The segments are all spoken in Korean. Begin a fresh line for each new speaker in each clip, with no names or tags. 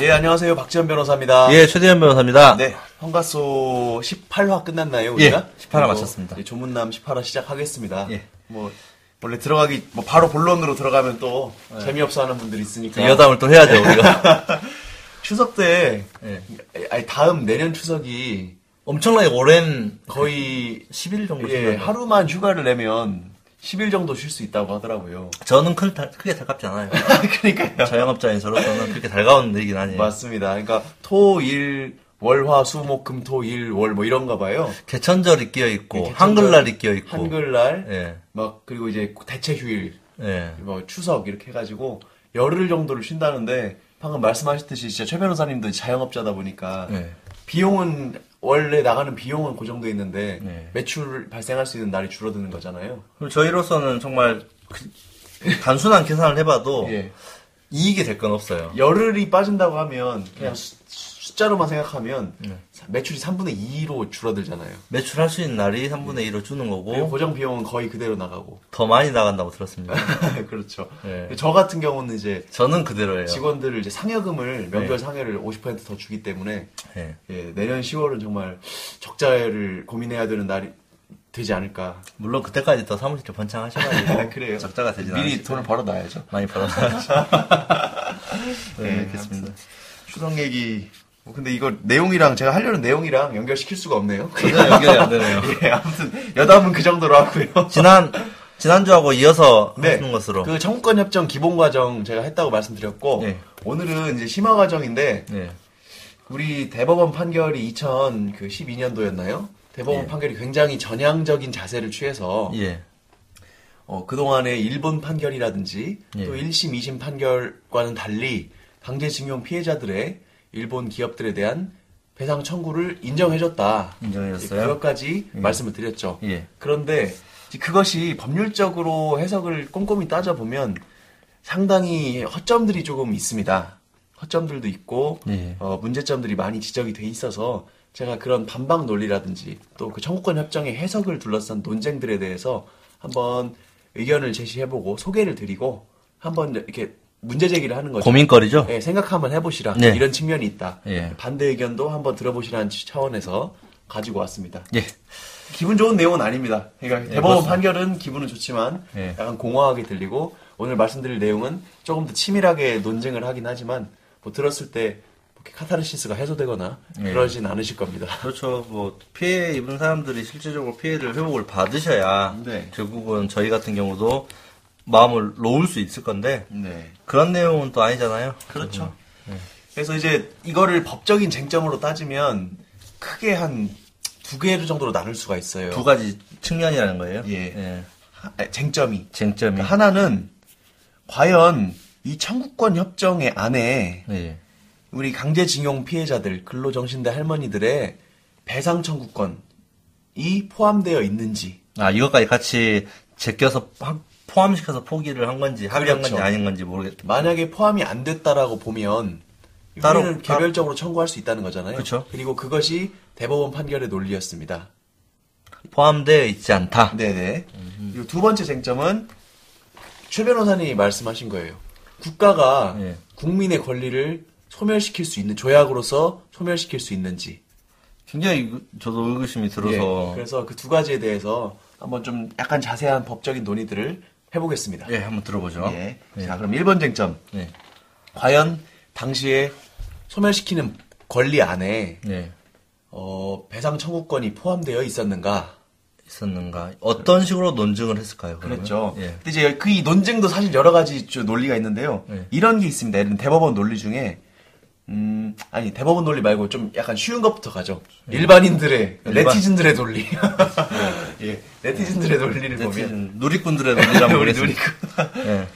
예, 안녕하세요. 박지현 변호사입니다.
예, 최재현 변호사입니다.
네. 헌가소 18화 끝났나요, 우리가?
예, 18화 마쳤습니다.
예, 조문남 18화 시작하겠습니다.
예.
뭐, 원래 들어가기, 뭐, 바로 본론으로 들어가면 또 재미없어 하는 분들이 있으니까.
예. 여담을 또 해야 돼, 우리가.
추석 때,
예.
아니, 다음 내년 추석이
엄청나게 오랜
거의,
10일 정도
예,
예,
하루만 휴가를 내면 10일 정도 쉴 수 있다고 하더라고요.
저는 큰, 달- 크게 달갑지 않아요.
그러니까요.
자영업자인 저로서는 그렇게 달가운 얘기는 아니에요.
맞습니다. 그러니까, 토, 일, 월, 화, 수, 목, 금, 토, 일, 월, 뭐 이런가 봐요.
예, 개천절이 끼어 있고
개천절,
한글날이 끼어 있고
그 한글날,
예.
막 그리고 이제 대체 휴일,
예.
뭐 추석 이렇게 해가지고 열흘 정도를 쉰다는데 방금 말씀하셨듯이 진짜 최 변호사님도 자영업자다 보니까
네.
비용은 원래 나가는 비용은 그 고정돼 있는데
네.
매출 발생할 수 있는 날이 줄어드는 거잖아요.
그리고 저희로서는 정말 그- 단순한 계산을 해봐도
예.
이익이 될 건 없어요.
열흘이 빠진다고 하면
예.
그냥 수- 숫자로만 생각하면 사- 매출이 3분의 2로 줄어들잖아요.
매출할 수 있는 날이 3분의 1로 주는
그리고
거고
고정 비용은 거의 그대로 나가고
더 많이 나간다고 들었습니다.
그렇죠.
네.
저 같은 경우는 이제
저는 그대로예요. 네.
직원들을 이제 상여금을 명절 상여를 50%더 주기 때문에
예.
예, 내년 10월은 정말 적자를 고민해야 되는 날이 되지 않을까.
물론 그때까지 더 사무실에 번창하셔가지고
그래요.
적자가 되진 않을
미리 돈을 벌어놔야죠.
많이 벌어서 네, 그렇습니다.
추석 얘기. 뭐 근데 이거 내용이랑 제가 하려는 내용이랑 연결시킬 수가 없네요.
전혀 연결이 안 되네요.
예, 아무튼 여담은 그 정도로 하고요.
지난 지난주하고 이어서 하는 것으로
그 청구권 협정 기본 과정 제가 했다고 말씀드렸고
네.
오늘은 이제 심화 과정인데
네.
우리 대법원 판결이 2012년도였나요? 대법원
예.
판결이 굉장히 전향적인 자세를 취해서
예.
어, 그동안의 일본 판결이라든지
예.
또 1심, 2심 판결과는 달리 강제징용 피해자들의 일본 기업들에 대한 배상 청구를 인정해줬다.
인정해줬어요?
이제 그것까지 말씀을 드렸죠.
예.
그런데 이제 그것이 법률적으로 해석을 꼼꼼히 따져보면 상당히 허점들이 조금 있습니다. 허점들도 있고
예.
어, 문제점들이 많이 지적이 돼 있어서 제가 그런 반박 논리라든지 또 그 청구권 협정의 해석을 둘러싼 논쟁들에 대해서 한번 의견을 제시해보고 소개를 드리고 한번 이렇게 문제 제기를 하는 거죠.
고민거리죠.
예, 생각 한번 해보시라.
어. 네.
이런 측면이 있다.
예.
반대 의견도 한번 들어보시라는 차원에서 가지고 왔습니다.
예.
기분 좋은 내용은 아닙니다. 그러니까
예,
대법원
그렇습니다.
판결은 기분은 좋지만
예.
약간 공허하게 들리고 오늘 말씀드릴 내용은 조금 더 치밀하게 논쟁을 하긴 하지만 뭐 들었을 때 그렇게 카타르시스가 해소되거나
예.
그러진 않으실 겁니다.
그렇죠. 뭐 피해 입은 사람들이 실질적으로 피해를 회복을 받으셔야
네.
결국은 저희 같은 경우도 마음을 놓을 수 있을 건데
네.
그런 내용은 또 아니잖아요.
그렇죠. 그래서 이제 이거를 법적인 쟁점으로 따지면 크게 한 두 개 정도로 나눌 수가 있어요.
음. 두 가지 측면이라는 거예요.
예. 하- 아, 쟁점이
쟁점이
그러니까 하나는 과연 이 청구권 협정의 안에
예.
우리 강제징용 피해자들, 근로정신대 할머니들의 배상 청구권이 포함되어 있는지.
아, 이것까지 같이 제껴서 파- 포함시켜서 포기를 한 건지 합의한
그렇죠.
건지 아닌 건지 모르겠다.
만약에 포함이 안 됐다라고 보면
따로,
우리는
따로. 그렇죠.
개별적으로 청구할 수 있다는 거잖아요.
그쵸.
리고 그것이 대법원 판결의 논리였습니다.
포함되어 있지 않다.
네네. 그리고 두 번째 쟁점은 최 변호사님이 말씀하신 거예요. 국가가
예.
국민의 권리를 소멸시킬 수 있는 조약으로서 소멸시킬 수 있는지.
굉장히 그- 저도 의구심이 들어서
예, 그래서 그 두 가지에 대해서 한번 좀 약간 자세한 법적인 논의들을 해보겠습니다.
예, 한번 들어보죠.
예.
예.
자, 그럼 1번 쟁점.
예.
과연 당시에 소멸시키는 권리 안에
예.
어, 배상 청구권이 포함되어 있었는가?
있었는가? 어떤 식으로 논증을 했을까요? 그러면?
그렇죠.
예.
근데 이제 그 이 논쟁도 사실 여러 가지 좀 논리가 있는데요.
예.
이런 게 있습니다. 예를 들면 대법원 논리 중에 음, 아니 대법원 논리 말고 좀 약간 쉬운 것부터 가죠. 일반인들의
예. 일반.
네티즌들의 논리. 예. 네티즌들의 논리를 보면
네티즌 누리꾼들의 논리라고
우리
그랬습니다. 예.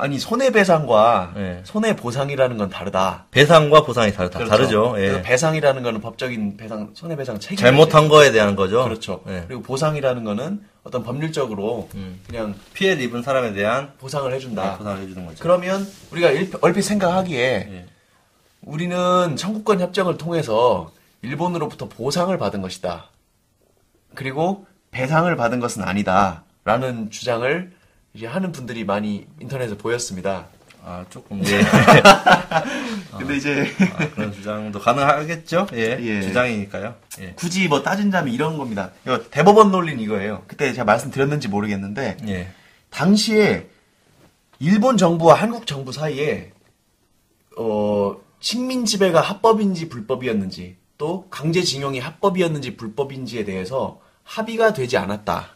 아니 손해배상과
예.
손해보상이라는 건 다르다. 그렇죠.
배상과 보상이 다르다. 다르죠. 예.
그래서 배상이라는 거는 법적인 배상, 손해배상 책임.
잘못한 거에 대한 거죠.
그렇죠.
예.
그리고 보상이라는 거는 어떤 법률적으로 그냥
피해를 입은 사람에 대한
보상을 해준다.
네, 보상을 해주는 거죠.
그러면 우리가 일- 얼핏 생각하기에
예.
우리는 청구권 협정을 통해서 일본으로부터 보상을 받은 것이다. 그리고 배상을 받은 것은 아니다. 라는 주장을 이제 하는 분들이 많이 인터넷에 보였습니다.
아 조금 예.
근데 이제
아, 그런 주장도 가능하겠죠. 예.
예.
주장이니까요. 예.
굳이 뭐 따진다면 이런 겁니다. 이거 대법원 논리는 이거예요. 그때 제가 말씀드렸는지 모르겠는데
예.
당시에
일본 정부와 한국 정부 사이에 어, 식민 지배가 합법인지 불법이었는지 또 강제징용이 합법이었는지 불법인지에 대해서 합의가 되지 않았다.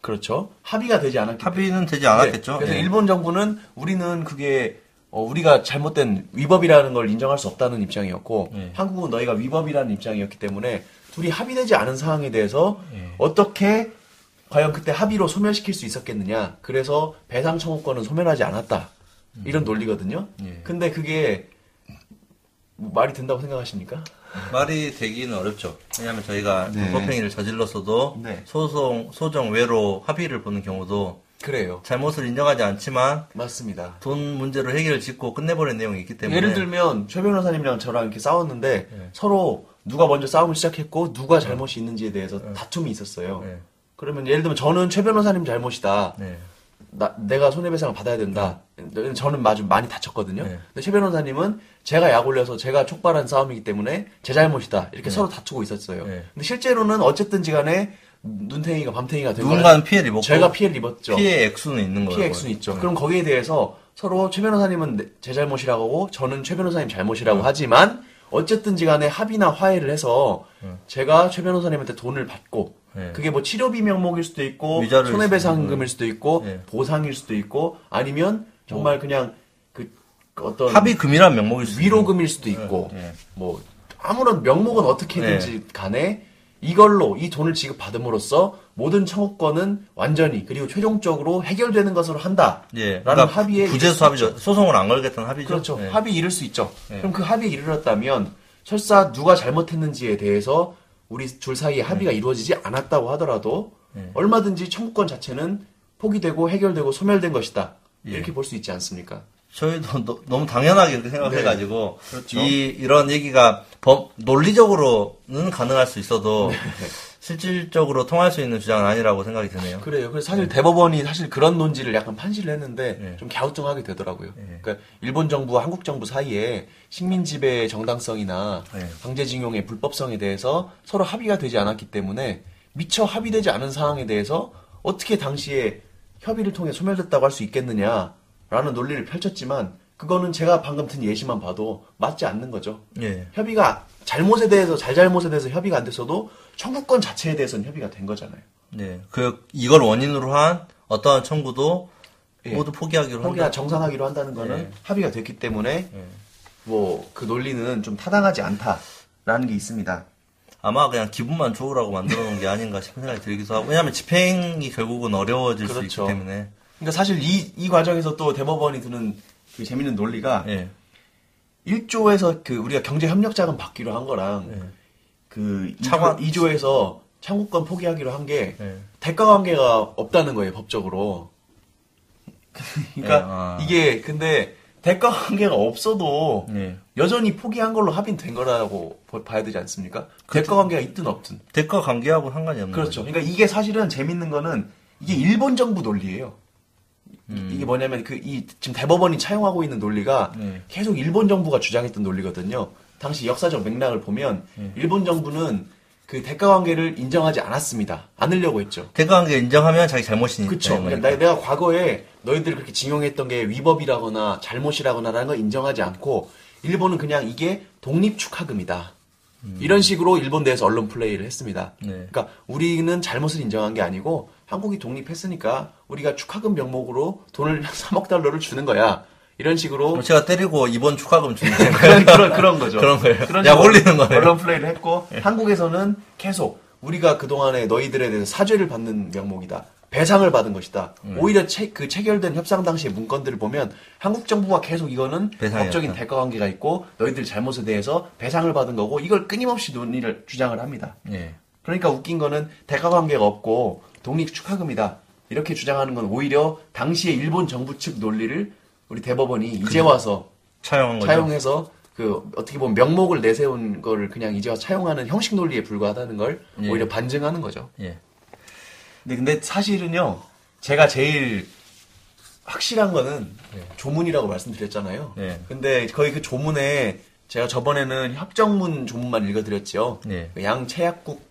그렇죠? 합의가 되지 않았기
합의는 되지 않았겠죠.
네, 그래서
예.
일본 정부는 우리는 그게 어, 우리가 잘못된 위법이라는 걸 인정할 수 없다는 입장이었고
네.
한국은 너희가 위법이라는 입장이었기 때문에 둘이 합의되지 않은 상황에 대해서
예.
어떻게 과연 그때 합의로 소멸시킬 수 있었겠느냐 그래서 배상 청구권은 소멸하지 않았다 이런 논리거든요
음. 예.
근데 그게 뭐 말이 된다고 생각하십니까?
말이 되기는 어렵죠. 왜냐하면 저희가
네.
불법행위를 저질렀어도
네.
소송 소정 외로 합의를 보는 경우도
그래요
잘못을 인정하지 않지만
맞습니다
돈 문제로 해결 짓고 끝내버린 내용이 있기 때문에 예.
예를 들면 최 변호사님이랑 저랑 이렇게 싸웠는데 서로 누가 먼저 싸움을 시작했고 누가 잘못이 있는지에 대해서
예.
다툼이 있었어요.
네.
그러면 예를 들면 저는 최 변호사님 잘못이다.
네.
나- 내가 손해배상을 받아야 된다. 예. 저는 마주 많이 다쳤거든요.
네.
근데 최 변호사님은 제가 약 올려서 제가 촉발한 싸움이기 때문에 제 잘못이다.
예.
이렇게 서로 다투고 있었어요.
네.
근데 실제로는 어쨌든지 간에 눈탱이가 밤탱이가
네.
되고
누군가는 피해를 입었고
제가 피해를 입었죠.
피해 액수는 있는 거예요. 네.
피해 액수는 있죠. 그럼 거기에 대해서 서로 최 변호사님은 내- 제 잘못이라고 하고 저는 최 변호사님 잘못이라고 하지만 어쨌든지 간에 합의나 화해를 해서 제가 최 변호사님한테 돈을 받고
네.
그게 뭐 치료비 명목일 수도 있고
위자료일
손해배상금일 수도 있고
네. 뭐.
보상일 수도 있고 아니면 정말 그냥 그 어떤
합의금이란 명목일 수
위로금일 수도 있고
네.
뭐 아무런 명목은 어떻게든지 간에 이걸로 이 돈을 지급받음으로써 모든 청구권은 완전히 그리고 최종적으로 해결되는 것으로 한다라는
예, 그러니까
합의에
부재수 합의죠. 소송을 안 걸겠다는 합의죠.
그렇죠
예.
합의 이룰 수 있죠 그럼 그 합의에 이르렀다면 설사 누가 잘못했는지에 대해서 우리 둘 사이에
네.
합의가 이루어지지 않았다고 하더라도 얼마든지 청구권 자체는 포기되고 해결되고 소멸된 것이다
예.
이렇게 볼 수 있지 않습니까?
저희도 너, 무 당연하게 그렇게
네.
생각해가지고
그렇죠.
이 이런 얘기가 법- 논리적으로는 가능할 수 있어도
네.
실질적으로 통할 수 있는 주장은 아니라고 생각이 드네요. 네.
그래요. 그래서 사실 대법원이 사실 그런 논지를 약간 판시를 했는데 좀 갸우뚱하게 되더라고요. 그러니까 일본 정부와 한국 정부 사이에 식민 지배의 정당성이나
네.
강제징용의 불법성에 대해서 서로 합의가 되지 않았기 때문에 미처 합의되지 않은 상황에 대해서 어떻게 당시에 협의를 통해 소멸됐다고 할 수 있겠느냐라는 논리를 펼쳤지만 그거는 제가 방금 든 예시만 봐도 맞지 않는 거죠.
예.
협의가 잘못에 대해서 잘잘못에 대해서 협의가 안 됐어도 청구권 자체에 대해서는 협의가 된 거잖아요.
네. 그 이걸 원인으로 한 어떠한 청구도 모두 포기하기로
예. 포기가
한다.
정상하기로 한다는 거는 합의가 됐기 때문에 뭐 그 논리는 좀 타당하지 않다라는 게 있습니다.
아마 그냥 기분만 좋으라고 만들어 놓은 게 아닌가 싶은 생각이 들기도 하고 왜냐하면 집행이 결국은 어려워질 수
그렇죠.
있기 때문에
그러니까 사실 이, 이 과정에서 또 대법원이 드는 그 재밌는 논리가
예.
1조에서 그 우리가 경제 협력 자금 받기로 한 거랑
예.
그
차관-
2조, 에서 창구권 포기하기로 한 게
네.
대가 관계가 없다는 거예요, 법적으로. 그러니까
네, 아.
이게 근데 대가 관계가 없어도
네.
여전히 포기한 걸로 합의된 거라고 보- 봐야 되지 않습니까? 대가 관계가 있든 없든.
대가 관계하고 상관이 없는
그렇죠.
거죠.
그러니까 이게 사실은 재밌는 거는 이게 일본 정부 논리예요. 이- 이게 뭐냐면 그 이 지금 대법원이 차용하고 있는 논리가
네.
계속 일본 정부가 주장했던 논리거든요. 당시 역사적 맥락을 보면 일본 정부는 그 대가 관계를 인정하지 않았습니다. 않으려고 했죠.
대가 관계 인정하면 자기 잘못이니까.
그쵸.
이런
그러니까 나-
거니까.
내가 과거에 너희들을 그렇게 징용했던 게 위법이라거나 잘못이라거나라는 걸 인정하지 않고 일본은 그냥 이게 독립 축하금이다. 이런 식으로 일본 내에서 언론 플레이를 했습니다.
네.
그러니까 우리는 잘못을 인정한 게 아니고 한국이 독립했으니까 우리가 축하금 명목으로 돈을 3억 달러를 주는 거야. 이런 식으로
그럼 제가 때리고 이번 축하금 주는 거예요.
그런, 그런, 그런 거죠.
그런 거예요.
그런
약
식으로
올리는 거네요. 예.
언론 플레이를 했고, 한국에서는 계속 우리가 그동안에 너희들에 대해서 사죄를 받는 명목이다. 배상을 받은 것이다.
음.
오히려 체, 그 체결된 협상 당시의 문건들을 보면 한국 정부가 계속 이거는
배상이었다.
법적인 대가 관계가 있고 너희들 잘못에 대해서 배상을 받은 거고 이걸 끊임없이 논의를 주장을 합니다.
예.
그러니까 웃긴 거는 대가 관계가 없고 독립 축하금이다. 이렇게 주장하는 건 오히려 당시의 일본 정부 측 논리를 우리 대법원이 이제
그러니까.
와서
차용한 거죠.
차용해서 그 어떻게 보면 명목을 내세운 거를 그냥 이제 와서 차용하는 형식 논리에 불과하다는 걸
예.
오히려 반증하는 거죠.
예.
근데, 근데 사실은요, 제가 제일 확실한 거는
예.
조문이라고 말씀드렸잖아요.
네.
근데 거의 그 조문에 제가 저번에는 협정문 조문만 읽어드렸죠.
네.
그양 최약국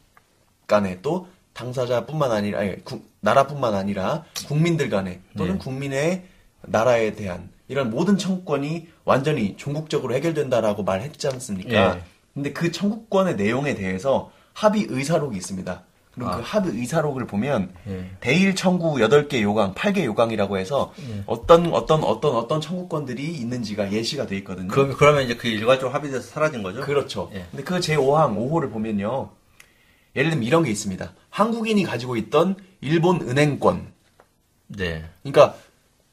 간에 또 당사자뿐만 아니라 아니, 국- 나라뿐만 아니라 국민들 간에 또는
네.
국민의 나라에 대한 이런 모든 청구권이 완전히 종국적으로 해결된다라고 말했지 않습니까?
네.
근데 그 청구권의 내용에 대해서 합의 의사록이 있습니다. 그럼 그 합의 의사록을 보면
예.
대일 청구 8개 요강, 8개 요강이라고 해서 어떤 어떤 어떤 어떤 청구권들이 있는지가 예시가 돼 있거든요.
그럼, 그러면 이제 그 일괄적으로 합의돼서 사라진 거죠?
그렇죠.
예.
근데 그 제5항 5호를 보면요. 예를 들면 이런 게 있습니다. 한국인이 가지고 있던 일본 은행권.
네.
그러니까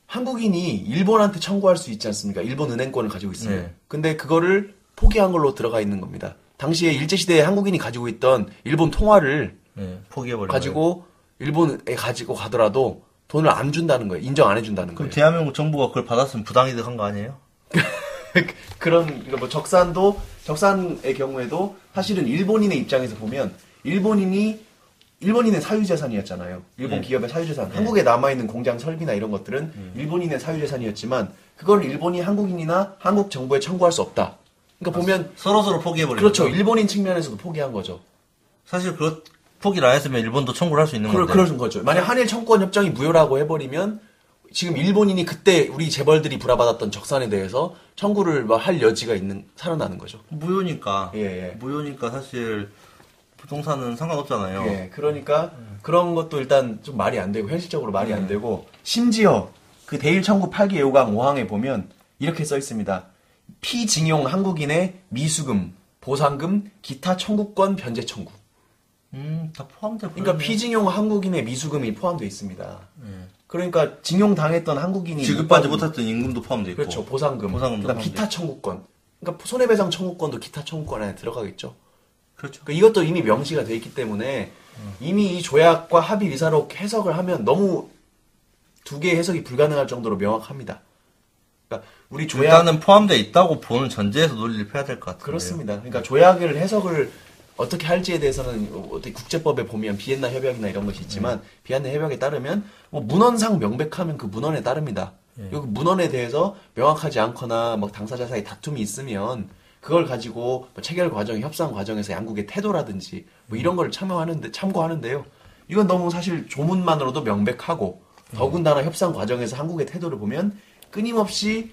한국인이 일본한테 청구할 수 있지 않습니까? 일본 은행권을 가지고 있으면.
네.
근데 그거를 포기한 걸로 들어가 있는 겁니다. 당시에 일제시대에 한국인이 가지고 있던 일본 통화를
네. 포기해버린 거예요.
가지고 일본에 가지고 가더라도 돈을 안 준다는 거예요. 인정 안 해준다는 거예요.
그럼 대한민국 정부가 그걸 받았으면 부당이득 한 거 아니에요?
그런 그러니까 뭐 적산도 적산의 경우에도 사실은 일본인의 입장에서 보면 일본인이 일본인의 사유재산이었잖아요. 일본 기업의 사유재산. 한국에 남아있는 공장 설비나 이런 것들은 일본인의 사유재산이었지만 그걸 일본이 한국인이나 한국 정부에 청구할 수 없다. 그러니까 보면
서로서로 포기해버린
그렇죠.
거죠?
일본인 측면에서도 포기한 거죠.
사실 그 포기를 안 했으면 일본도 청구를 할 수 있는
그러,
건데.
그러신 거죠. 만약 한일 청구권 협정이 무효라고 해버리면 지금 일본인이 그때 우리 재벌들이 불화받았던 적산에 대해서 청구를 막할 여지가 있는 살아나는 거죠.
무효니까.
예, 예.
무효니까 사실 부동산은 상관없잖아요.
예, 그러니까
음.
그런 것도 일단 좀 말이 안 되고 현실적으로 말이 안 되고 심지어 그 대일 청구 8기 요강 5항에 보면 이렇게 써 있습니다. 피징용 한국인의 미수금, 보상금, 기타 청구권 변제 청구.
음, 다 포함돼 버렸네.
그러니까 피징용 한국인의 미수금이 포함되어 있습니다. 그러니까 징용 당했던 한국인이
지급받지
못 받은-
못했던 임금도 포함돼 있고.
그렇죠. 보상금.
보상금도
그다음 기타 청구권. 그러니까 손해배상 청구권도 기타 청구권 안에 들어가겠죠.
그렇죠. 음.
그 이것도 이미 명시가 돼 있기 때문에 이미 이 조약과 합의 의사록 해석을 하면 너무 두 개의 해석이 불가능할 정도로 명확합니다. 그러니까 우리 조약
일단은 포함돼 있다고 보는 전제에서 논리를 펴야 될 것 같아요.
그렇습니다. 그러니까 조약을 해석을 어떻게 할지에 대해서는 어떻게 국제법에 보면 비엔나 협약이나 이런 것이 있지만
네.
비엔나 협약에 따르면 뭐 문헌상 명백하면 그 문헌에 따릅니다.
네.
여기 문헌에 대해서 명확하지 않거나 막 당사자 사이 다툼이 있으면 그걸 가지고 뭐 체결 과정, 협상 과정에서 양국의 태도라든지 뭐 이런 걸 참여하는데 참고하는데요. 이건 너무 사실 조문만으로도 명백하고
네.
더군다나 협상 과정에서 한국의 태도를 보면 끊임없이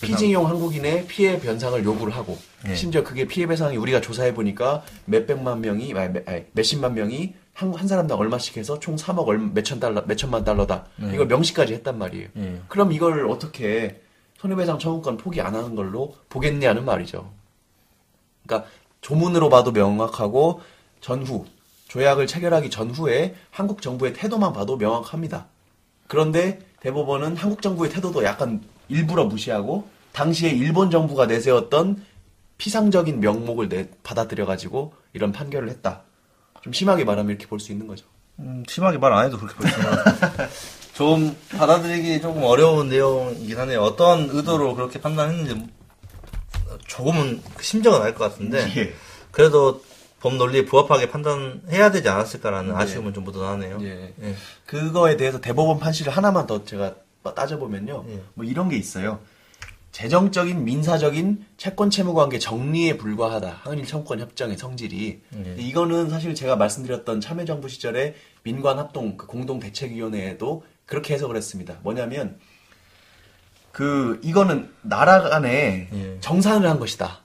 피징용 한국인의 피해 변상을 요구를 하고 심지어 그게 피해 배상이 우리가 조사해 보니까 몇 백만 명이 아니, 몇- 아니, 몇십만 명이 한, 한 사람당 얼마씩 해서 총 3억 얼마, 몇천 달러 몇천만 달러다 이걸 명시까지 했단 말이에요.
예.
그럼 이걸 어떻게 손해배상 청구권 포기 안 하는 걸로 보겠냐는 말이죠. 그러니까 조문으로 봐도 명확하고 전후 조약을 체결하기 전후에 한국 정부의 태도만 봐도 명확합니다. 그런데 대법원은 한국 정부의 태도도 약간 일부러 무시하고 당시에 일본 정부가 내세웠던 피상적인 명목을 내- 받아들여가지고 이런 판결을 했다. 좀 심하게 말하면 이렇게 볼 수 있는 거죠.
음, 심하게 말 안 해도 그렇게 보시면 좀 받아들이기 조금 어려운 내용이긴 하네요. 어떤 의도로 그렇게 판단했는지 조금은 그 심정은 알 것 같은데
예.
그래도 법 논리에 부합하게 판단해야 되지 않았을까라는 아쉬움은 좀 묻어나네요.
예.
예.
그거에 대해서 대법원 판시를 하나만 더 제가 따져보면요.
예.
뭐 이런 게 있어요. 재정적인 민사적인 채권 채무 관계 정리에 불과하다. 한일 청권 협정의 성질이.
예.
근데 이거는 사실 제가 말씀드렸던 참여정부 시절에 민관 합동 그 공동 대책 위원회에도 그렇게 해석을 했습니다. 뭐냐면 그 이거는 나라 간에
예.
정산을 한 것이다. 라-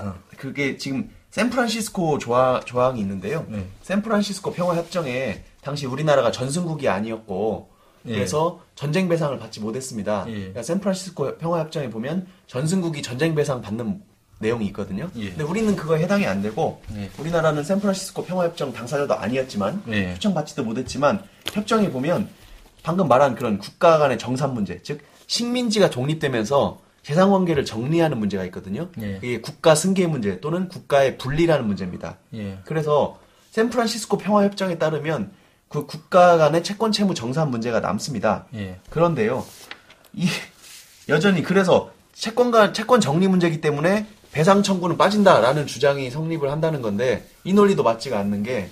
정상.
그게 지금 샌프란시스코 조화, 조항이 있는데요.
네.
샌프란시스코 평화협정에 당시 우리나라가 전승국이 아니었고
예.
그래서 전쟁 배상을 받지 못했습니다.
예.
그러니까 샌프란시스코 평화협정에 보면 전승국이 전쟁 배상 받는 내용이 있거든요.
예.
근데 우리는 그거에 해당이 안 되고
예.
우리나라는 샌프란시스코 평화협정 당사자도 아니었지만
예.
초청받지도 못했지만 협정에 보면 방금 말한 그런 국가 간의 정산 문제, 즉 식민지가 독립되면서 재산 관계를 정리하는 문제가 있거든요.
예.
그게 국가 승계 문제 또는 국가의 분리라는 문제입니다.
예.
그래서 샌프란시스코 평화협정에 따르면 그 국가 간의 채권 채무 정산 문제가 남습니다.
예.
그런데요, 이 여전히 그래서 채권과 채권 정리 문제이기 때문에 배상 청구는 빠진다라는 주장이 성립을 한다는 건데 이 논리도 맞지가 않는 게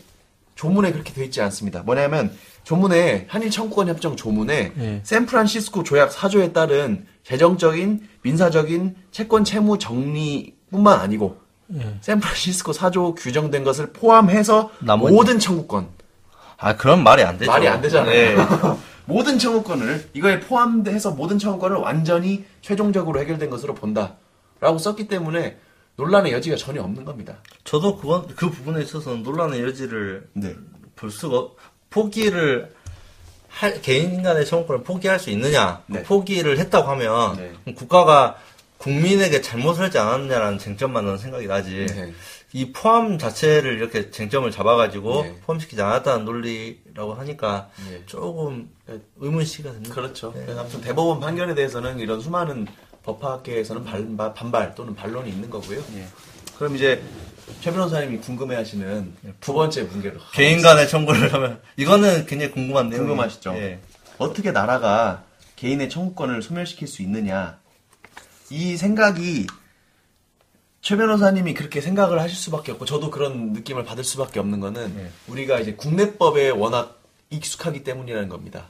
조문에 그렇게 돼 있지 않습니다. 뭐냐면 조문에 한일 청구권 협정 조문에
예.
샌프란시스코 조약 4조에 따른 재정적인 민사적인 채권 채무 정리뿐만 아니고 샌프란시스코 4조 규정된 것을 포함해서
예. 나머지.
모든 청구권
아, 그런 말이 안 되죠.
말이 안 되잖아요.
네.
모든 청구권을 이거에 포함해서 모든 청구권을 완전히 최종적으로 해결된 것으로 본다라고 썼기 때문에 논란의 여지가 전혀 없는 겁니다.
저도 그건 그 부분에 있어서는 논란의 여지를
네.
볼 수가 포기를 할 개인 인간의 청구권을 포기할 수 있느냐 그
네.
포기를 했다고 하면
네.
그럼 국가가 국민에게 잘못을 하지 않았냐라는 쟁점만 은 생각이 나지
네.
이 포함 자체를 이렇게 쟁점을 잡아가지고
네.
포함시키지 않았다는 논리라고 하니까
네.
조금 의문시가 네. 됩니다.
그렇죠. 그래서 아무튼 대법원 판결에 대해서는 이런 수많은 법학계에서는 반발, 반발 또는 반론이 있는 거고요. 그럼 이제 최 변호사님이 궁금해하시는 두 번째 문제로
개인 간의 청구를 하면 이거는 굉장히 궁금한데요.
궁금하시죠?
예.
어떻게 나라가 개인의 청구권을 소멸시킬 수 있느냐. 이 생각이
최 변호사님이 그렇게 생각을 하실 수밖에 없고 저도 그런 느낌을 받을 수밖에 없는 거는 우리가 이제 국내법에 워낙 익숙하기 때문이라는 겁니다.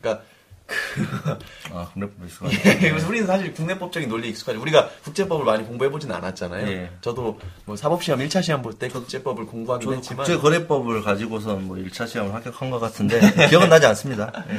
그러니까 그
아, 근데 벌써
예, 그래서 우리는 사실 국내법적인 논리에 익숙하지. 우리가 국제법을 많이 공부해보진 않았잖아요.
예.
저도 뭐 사법시험 1차 시험 볼 때 국제법을 공부하긴 했지만.
국제거래법을 가지고서 뭐 1차 시험을 합격한 것 같은데 기억은 나지 않습니다. 예.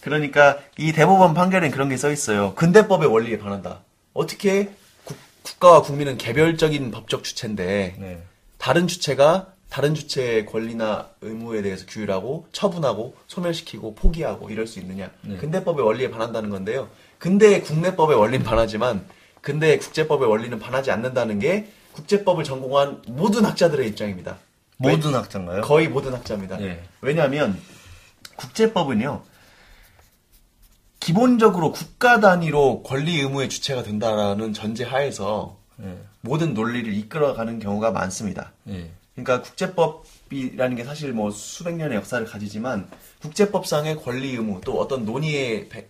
그러니까 이 대법원 판결엔 그런 게 써 있어요. 근대법의 원리에 반한다. 어떻게 국, 가와 국민은 개별적인 법적 주체인데
네.
다른 주체가 다른 주체의 권리나 의무에 대해서 규율하고 처분하고 소멸시키고 포기하고 이럴 수 있느냐.
네.
근대법의 원리에 반한다는 건데요. 근대의 국내법의 원리는 반하지만 근대의 국제법의 원리는 반하지 않는다는 게 국제법을 전공한 모든 학자들의 입장입니다.
모든 학자인가요?
거의 모든 학자입니다.
예.
왜냐하면 국제법은요 기본적으로 국가 단위로
권리 의무의 주체가 된다라는 전제 하에서
예.
모든 논리를 이끌어가는 경우가 많습니다.
예.
그러니까 국제법이라는 게 사실 뭐 수백 년의 역사를 가지지만
국제법상의 권리 의무 또 어떤 논의의 배-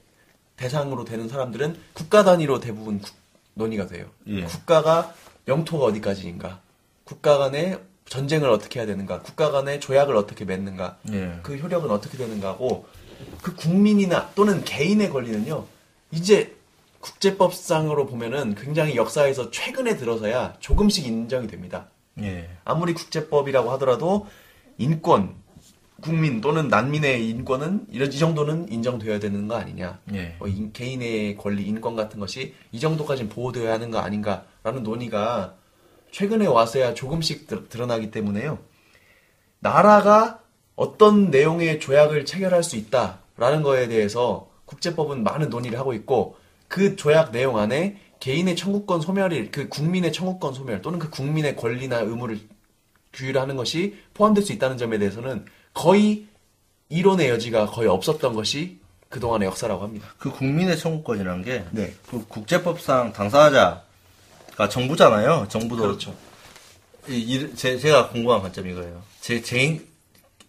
대상으로 되는 사람들은 국가 단위로 대부분 국- 논의가 돼요.
예.
국가가 영토가 어디까지인가, 국가 간의 전쟁을 어떻게 해야 되는가, 국가 간의 조약을 어떻게 맺는가,
예.
그 효력은 어떻게 되는가고 그 국민이나 또는 개인의 권리는요 이제 국제법상으로 보면은 굉장히 역사에서 최근에 들어서야 조금씩 인정이 됩니다.
예.
아무리 국제법이라고 하더라도 인권, 국민 또는 난민의 인권은 이런 이 정도는 인정되어야 되는 거 아니냐?
예.
어, 인- 개인의 권리, 인권 같은 것이 이 정도까지는 보호되어야 하는 거 아닌가라는 논의가 최근에 와서야 조금씩 드- 드러나기 때문에요. 나라가 어떤 내용의 조약을 체결할 수 있다라는 거에 대해서 국제법은 많은 논의를 하고 있고 그 조약 내용 안에 개인의 청구권 소멸이 그 국민의 청구권 소멸 또는 그 국민의 권리나 의무를 규율하는 것이 포함될 수 있다는 점에 대해서는 거의 이론의 여지가 거의 없었던 것이 그동안의 역사라고 합니다.
그 국민의 청구권이란 게
네.
그 국제법상 당사자가 정부잖아요. 정부도
그렇죠.
이- 이- 제, 제가 궁금한 관점이 이거예요. 제, 제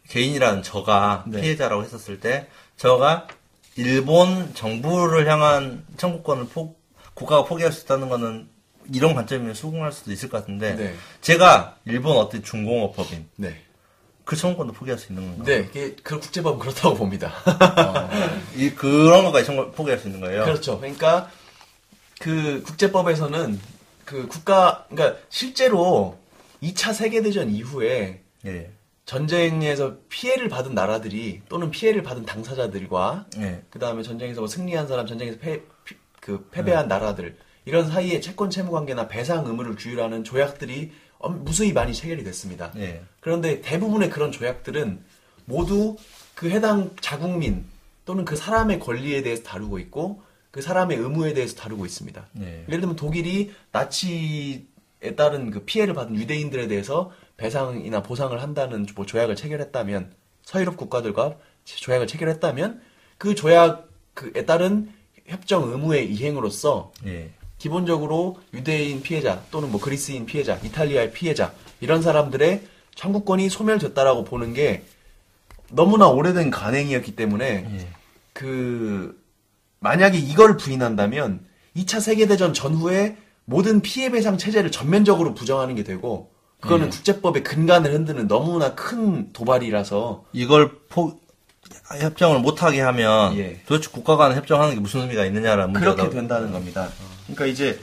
개인이라는 저가
네.
피해자라고 했었을 때, 저가 일본 정부를 향한 청구권을 포- 국가가 포기할 수 있다는 거는 이런 관점이면 수긍할 수도 있을 것 같은데,
네.
제가 일본 어떤 중공업법인
네.
그 청구권도 포기할 수 있는 건가요?
네, 그게 그 국제법은 그렇다고 봅니다.
이, 그런 것까지 청구, 포기할 수 있는 거예요?
네. 그렇죠. 그러니까 그 국제법에서는 그 국가 그러니까 실제로 2차 세계 대전 이후에
예.
전쟁에서 피해를 받은 나라들이 또는 피해를 받은 당사자들과
예.
그다음에 전쟁에서 뭐 승리한 사람, 전쟁에서 패, 피- 그 패배한 나라들 이런 사이에 채권 채무 관계나 배상 의무를 규율하는 조약들이 엄- 무수히 많이 체결이 됐습니다.
예.
그런데 대부분의 그런 조약들은 모두 그 해당 자국민 또는 그 사람의 권리에 대해서 다루고 있고 그 사람의 의무에 대해서 다루고 있습니다.
네.
예를 들면 독일이 나치에 따른 그 피해를 받은 유대인들에 대해서 배상이나 보상을 한다는 뭐 조약을 체결했다면 서유럽 국가들과 조약을 체결했다면 그 조약에 따른 협정 의무의 이행으로써
예.
기본적으로 유대인 피해자 또는 뭐 그리스인 피해자, 이탈리아의 피해자 이런 사람들의 청구권이 소멸됐다라고 보는 게 너무나 오래된 관행이었기 때문에
예.
그 만약에 이걸 부인한다면 2차 세계 대전 전후에 모든 피해 배상 체제를 전면적으로 부정하는 게 되고 그거는 국제법의 근간을 흔드는 너무나 큰 도발이라서
이걸 포 협정을 못하게 하면
예.
도대체 국가 간 협정하는 게 무슨 의미가 있느냐라는 문제가
그렇게 된다는 겁니다. 그러니까 이제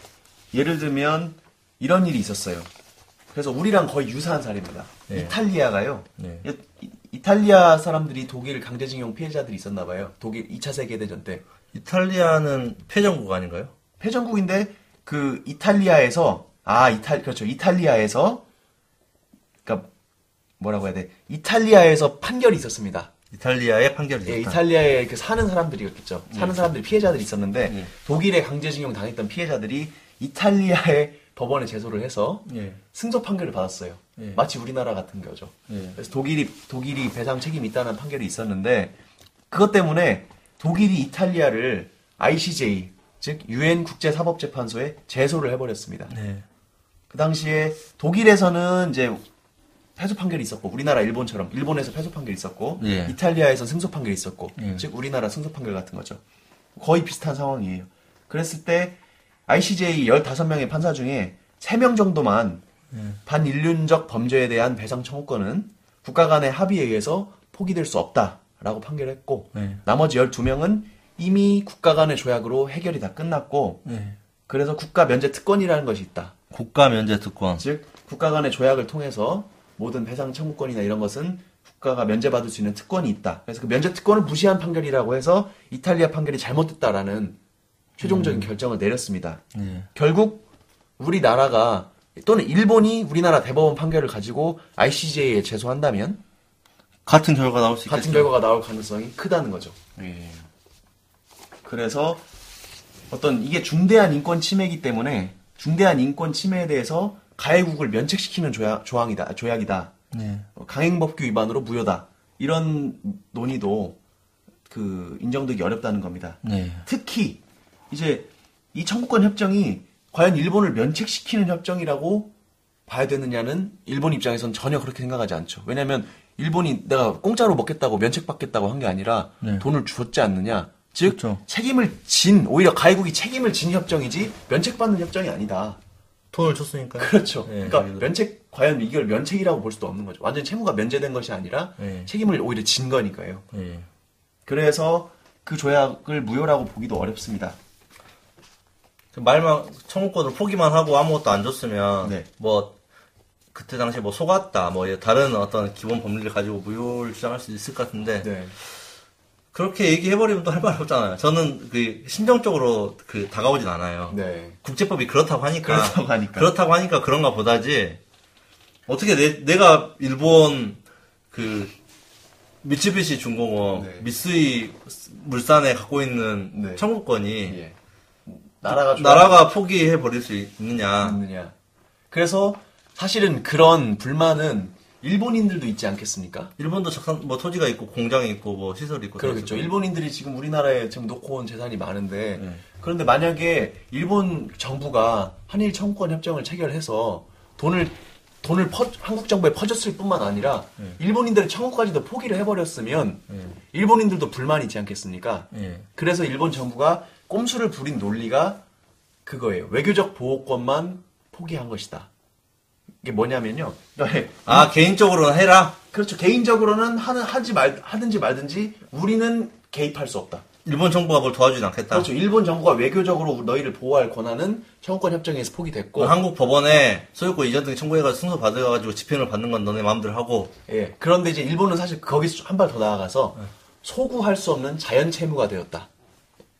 예를 들면 이런 일이 있었어요. 그래서 우리랑 거의 유사한 사례입니다.
네.
이탈리아가요.
네.
이- 이-
이탈리아 사람들이 독일 강제징용 피해자들이 있었나 봐요. 독일 2차 세계대전 때.
이탈리아는 패전국 아닌가요?
패전국인데 그 이탈리아에서 아 이탈 그렇죠 이탈리아에서 그러니까 뭐라고 해야 돼 이탈리아에서 판결이 있었습니다.
이탈리아의 판결이
예,
됐다. 예.
이탈리아에 그 사는 사람들이었겠죠. 사는 사람들이 피해자들이 있었는데 독일에 강제징용 당했던 피해자들이 이탈리아의 법원에 제소를 해서
예.
승소 판결을 받았어요.
예.
마치 우리나라 같은 거죠.
예.
그래서 독일이 독일이 배상 책임이 있다는 판결이 있었는데 그것 때문에 독일이 이탈리아를 ICJ 즉 UN 국제 사법 재판소에 제소를 해버렸습니다.
네.
그 당시에 독일에서는 이제 패소 판결이 있었고 우리나라 일본처럼 일본에서 패소 판결이 있었고
예.
이탈리아에서 승소 판결이 있었고
예.
즉 우리나라 승소 판결 같은 거죠. 거의 비슷한 상황이에요. 그랬을 때 ICJ 15명의 판사 중에 3명 정도만
예.
반인륜적 범죄에 대한 배상 청구권은 국가 간의 합의에 의해서 포기될 수 없다라고 판결했고
네.
나머지 12명은 이미 국가 간의 조약으로 해결이 다 끝났고
네.
그래서 국가 면제 특권이라는 것이 있다.
국가 면제 특권.
즉 국가 간의 조약을 통해서 모든 배상 청구권이나 이런 것은 국가가 면제받을 수 있는 특권이 있다. 그래서 그 면제 특권을 무시한 판결이라고 해서 이탈리아 판결이 잘못됐다라는 최종적인 결정을 내렸습니다.
예.
결국 우리나라가 또는 일본이 우리나라 대법원 판결을 가지고 ICJ에 제소한다면
같은 결과 나올 수 있겠죠.
같은 결과가 나올 가능성이 크다는 거죠.
예. 그래서 어떤 이게 중대한 인권 침해이기 때문에 중대한 인권 침해에 대해서 가해국을 면책시키는 조약, 조항이다 조약이다
네.
어, 강행법규 위반으로 무효다 이런 논의도 그 인정되기 어렵다는 겁니다.
네.
특히 이제 이 청구권 협정이 과연 일본을 면책시키는 협정이라고
봐야 되느냐는 일본 입장에선 전혀 그렇게 생각하지 않죠. 왜냐하면 일본이 내가 공짜로 먹겠다고 면책받겠다고 한 게 아니라
네.
돈을 줬지 않느냐. 즉
그렇죠.
책임을 진 오히려 가해국이 책임을 진 협정이지 면책받는 협정이 아니다.
돈을 줬으니까.
그렇죠.
네,
그러니까
저희도-
면책 과연 이걸 면책이라고 볼 수도 없는 거죠. 완전 히 채무가 면제된 것이 아니라
네.
책임을 오히려 진 거니까요.
예.
그래서 그 조약을 무효라고 보기도 어렵습니다.
그 말만 청구권을 포기만 하고 아무것도 안 줬으면
네.
뭐 그때 당시에 뭐 속았다 뭐 이런 다른 어떤 기본 법리를 가지고 무효를 주장할 수 있을 것 같은데
네.
그렇게 얘기해버리면 또 할 말이 없잖아요. 저는 그 심정적으로 그 다가오진 않아요.
네.
국제법이 그렇다고 하니까
그렇다고 하니까.
그렇다고 하니까 그런가 보다지 어떻게 내, 내가 일본 그 미츠비시 중공업
네.
미쓰이 물산에 갖고 있는
네.
청구권이
예. 나라가 좋아-
나라가 포기해 버릴 수 있느냐?
있느냐. 그래서 사실은 그런 불만은 일본인들도 있지 않겠습니까?
일본도 적산 뭐 토지가 있고 공장이 있고 뭐 시설이 있고
그러겠죠.
다 있어서.
일본인들이 지금 우리나라에 지금 놓고 온 재산이 많은데
네.
그런데 만약에 일본 정부가 한일 청구권 협정을 체결해서 돈을 돈을 퍼- 한국 정부에 퍼줬을 뿐만 아니라
네.
일본인들의 청구까지도 포기를 해버렸으면 일본인들도 불만이 있지 않겠습니까?
예.
그래서 일본 정부가 꼼수를 부린 논리가 그거예요. 외교적 보호권만 포기한 것이다. 이게 뭐냐면요.
네.
아 개인적으로는 해라.
그렇죠. 개인적으로는 하는 하지 말 하든지 말든지 우리는 개입할 수 없다.
일본 정부가 뭘 도와주진 않겠다.
그렇죠. 일본 정부가 외교적으로 너희를 보호할 권한은 청구권 협정에서
그
포기됐고
한국 법원에 소유권 이전 등 청구해가 승소 받아가지고 집행을 받는 건 너네 마음대로 하고
예. 그런데 이제 일본은 사실 거기서 한 발 더
네.
나아가서 소구할 수 없는 자연 채무가 되었다.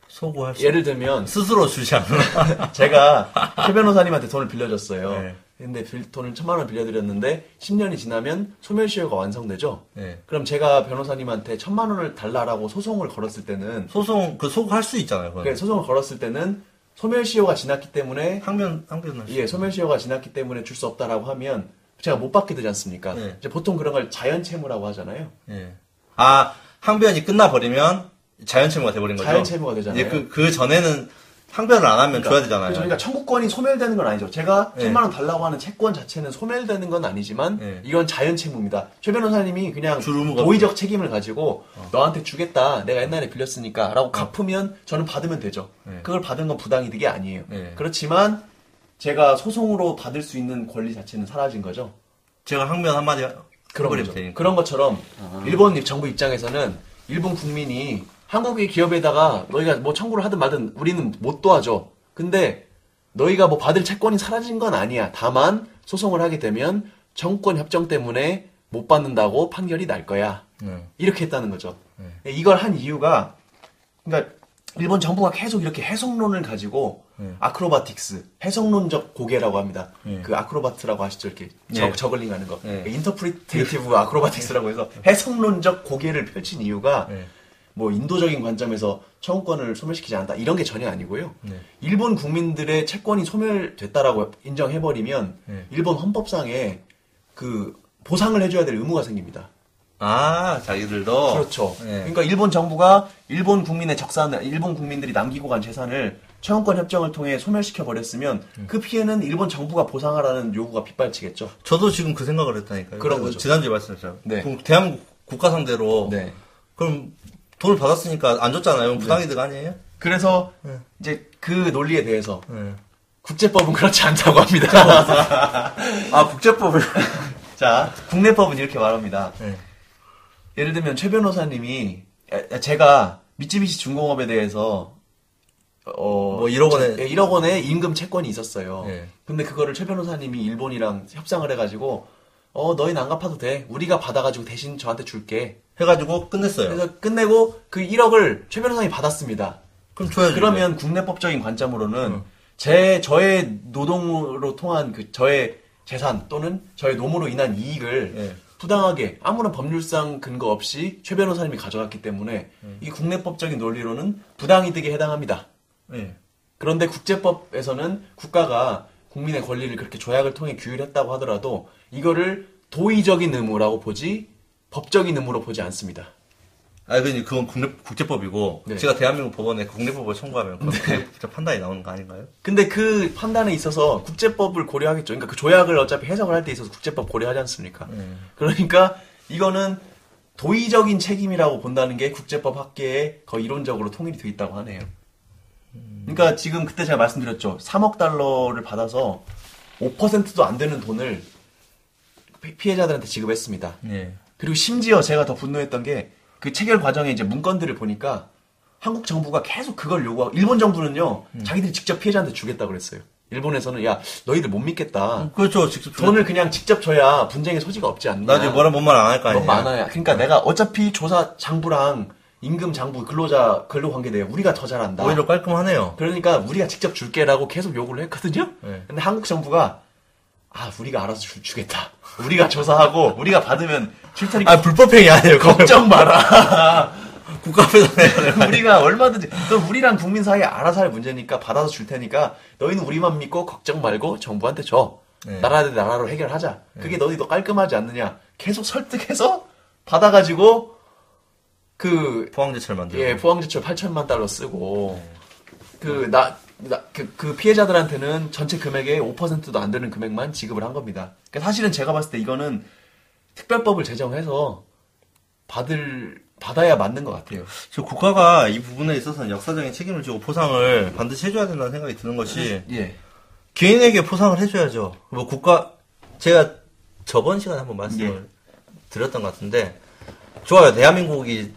소구할 수
예를 들면
스스로 주지 않아.
제가 최 변호사님한테 돈을 빌려줬어요.
네.
근데 빌- 돈을 천만 원 빌려드렸는데 10년이 지나면 소멸시효가 완성되죠.
네.
그럼 제가 변호사님한테 천만 원을 달라라고 소송을 걸었을 때는
소송 그 소구할 수 있잖아요. 그건.
그 소송을 걸었을 때는 소멸시효가 지났기 때문에
항변 항변을. 할수
예, 소멸시효가 지났기 때문에 줄 수 없다라고 하면 제가 못 받게 되지 않습니까?
네.
이제 보통 그런 걸 자연채무라고 하잖아요.
예. 아, 항변이 끝나버리면 자연채무가 돼버린 거죠?
자연채무가 되잖아요.
예, 그, 그 전에는 항변을 안 하면 줘야 되잖아요.
그렇죠. 그러니까 청구권이 소멸되는 건 아니죠. 제가
예.
천만 원 달라고 하는 채권 자체는 소멸되는 건 아니지만
예.
이건 자연채무입니다. 최 변호사님이 그냥
줄 의무가 어.
도의적 책임을 가지고 너한테 주겠다. 내가 옛날에
네.
빌렸으니까라고 갚으면 저는 받으면 되죠.
예.
그걸 받은 건 부당이득이 아니에요.
예.
그렇지만 제가 소송으로 받을 수 있는 권리 자체는 사라진 거죠.
제가 항면 한마디
그런
해버리면
거죠.
되니까. 아.
그런 것처럼 일본 입- 정부 입장에서는 일본 국민이 한국의 기업에다가 너희가 뭐 청구를 하든 말든 우리는 못 도와줘. 근데 너희가 뭐 받을 채권이 사라진 건 아니야. 다만 소송을 하게 되면 정권 협정 때문에 못 받는다고 판결이 날 거야.
네.
이렇게 했다는 거죠. 이걸 한 이유가 그러니까 일본 정부가 계속 이렇게 해석론을 가지고
네.
아크로바틱스 해석론적 고개라고 합니다. 그 아크로바트라고 아시죠? 이렇게 저,
예.
저글링 하는 거.
예.
인터프리테이티브 아크로바틱스라고 해서 해석론적 고개를 펼친 이유가
예.
뭐 인도적인 관점에서 청구권을 소멸시키지 않다 이런 게 전혀 아니고요.
네.
일본 국민들의 채권이 소멸됐다라고 인정해버리면
예.
일본 헌법상에 그 보상을 해줘야 될 의무가 생깁니다.
아 자기들도
그렇죠.
예.
그러니까 일본 정부가 일본 국민의 적산을 일본 국민들이 남기고 간 재산을 청구권 협정을 통해 소멸시켜 버렸으면 그 피해는 일본 정부가 보상하라는 요구가 빗발치겠죠.
저도 지금 그 생각을 했다니까요.
그런
그
거죠.
지난주에 말씀드렸잖아요.
네.
그럼 대한민국 국가 상대로
네.
그럼 돈을 받았으니까 안 줬잖아요. 그럼 부당이득 아니에요?
그래서 이제 그 논리에 대해서
네.
국제법은 그렇지 않다고 합니다.
아 국제법을
자, 국내법은 이렇게 말합니다.
네.
예를 들면 최 변호사님이 아, 제가 미쯔비시 중공업에 대해서 어,
뭐 1억 원에-
예, 1억 원의 임금 채권이 있었어요.
예.
근데 그거를 최 변호사님이 일본이랑 협상을 해가지고 어 너희는 안 갚아도 돼. 우리가 받아가지고 대신 저한테 줄게.
해가지고
예.
끝냈어요.
그래서 끝내고 그 1억을 최 변호사님이 받았습니다.
그럼 줘야죠.
그러면 국내법적인 관점으로는 제 저의 노동으로 통한 그 저의 재산 또는 저의 노무로 인한 이익을
예.
부당하게 아무런 법률상 근거 없이 최 변호사님이 가져갔기 때문에 이 국내법적인 논리로는 부당이득에 해당합니다.
네.
그런데 국제법에서는 국가가 국민의 권리를 그렇게 조약을 통해 규율했다고 하더라도 이거를 도의적인 의무라고 보지 법적인 의무로 보지 않습니다.
아, 그 그건 국내, 국제법이고
네.
제가 대한민국 법원에 국내법을 청구하면 그건 국제 판단이 나오는 거 아닌가요?
근데 그 판단에 있어서 국제법을 고려하겠죠. 그러니까 그 조약을 어차피 해석을 할 때 있어서 국제법 고려하지 않습니까? 그러니까 이거는 도의적인 책임이라고 본다는 게 국제법 학계에 거의 이론적으로 통일이 돼 있다고 하네요. 그러니까 지금 그때 제가 말씀드렸죠. 3억 달러를 받아서 5%도 안 되는 돈을 피- 피해자들한테 지급했습니다.
네.
그리고 심지어 제가 더 분노했던 게 그 체결 과정에 이제 문건들을 보니까 한국 정부가 계속 그걸 요구하고 일본 정부는요
음.
자기들이 직접 피해자한테 주겠다 그랬어요. 일본에서는 야 너희들 못 믿겠다.
그렇죠. 직접
돈을 그냥 직접 줘야 분쟁의 소지가 없지 않나.
나중에 뭐라 뭔말 안 할 거
너무
아니에요?
많아요. 그러니까 내가 어차피 조사 장부랑 임금 장부 근로자 근로 관계 내에 우리가 더 잘한다.
오히려 깔끔하네요.
그러니까 우리가 직접 줄게라고 계속 요구를 했거든요.
네.
근데 한국 정부가 아 우리가 알아서 줄- 주겠다. 우리가 조사하고 우리가 받으면 줄 테니까
아 불법행위 아니에요. 그거.
걱정 마라.
국가배상해야 돼요.
우리가 얼마든지 또 우리랑 국민 사이에 알아서 할 문제니까 받아서 줄 테니까 너희는 우리만 믿고 걱정 말고 정부한테 줘.
네.
나라 대 나라로 해결하자. 그게 너희 더 깔끔하지 않느냐. 계속 설득해서 받아가지고 그
포항제철 만들고.
예, 포항제철 8천만 달러 쓰고 그 나 나, 그, 그 피해자들한테는 전체 금액의 5%도 안 되는 금액만 지급을 한 겁니다. 그러니까 사실은 제가 봤을 때 이거는 특별법을 제정해서 받을 받아야 맞는 것 같아요.
저 국가가 이 부분에 있어서는 역사적인 책임을 지고 포상을 반드시 해줘야 된다는 생각이 드는 것이
예.
개인에게 포상을 해줘야죠. 뭐 국가 제가 저번 시간에 한번 말씀을 드렸던 것 같은데 좋아요. 대한민국이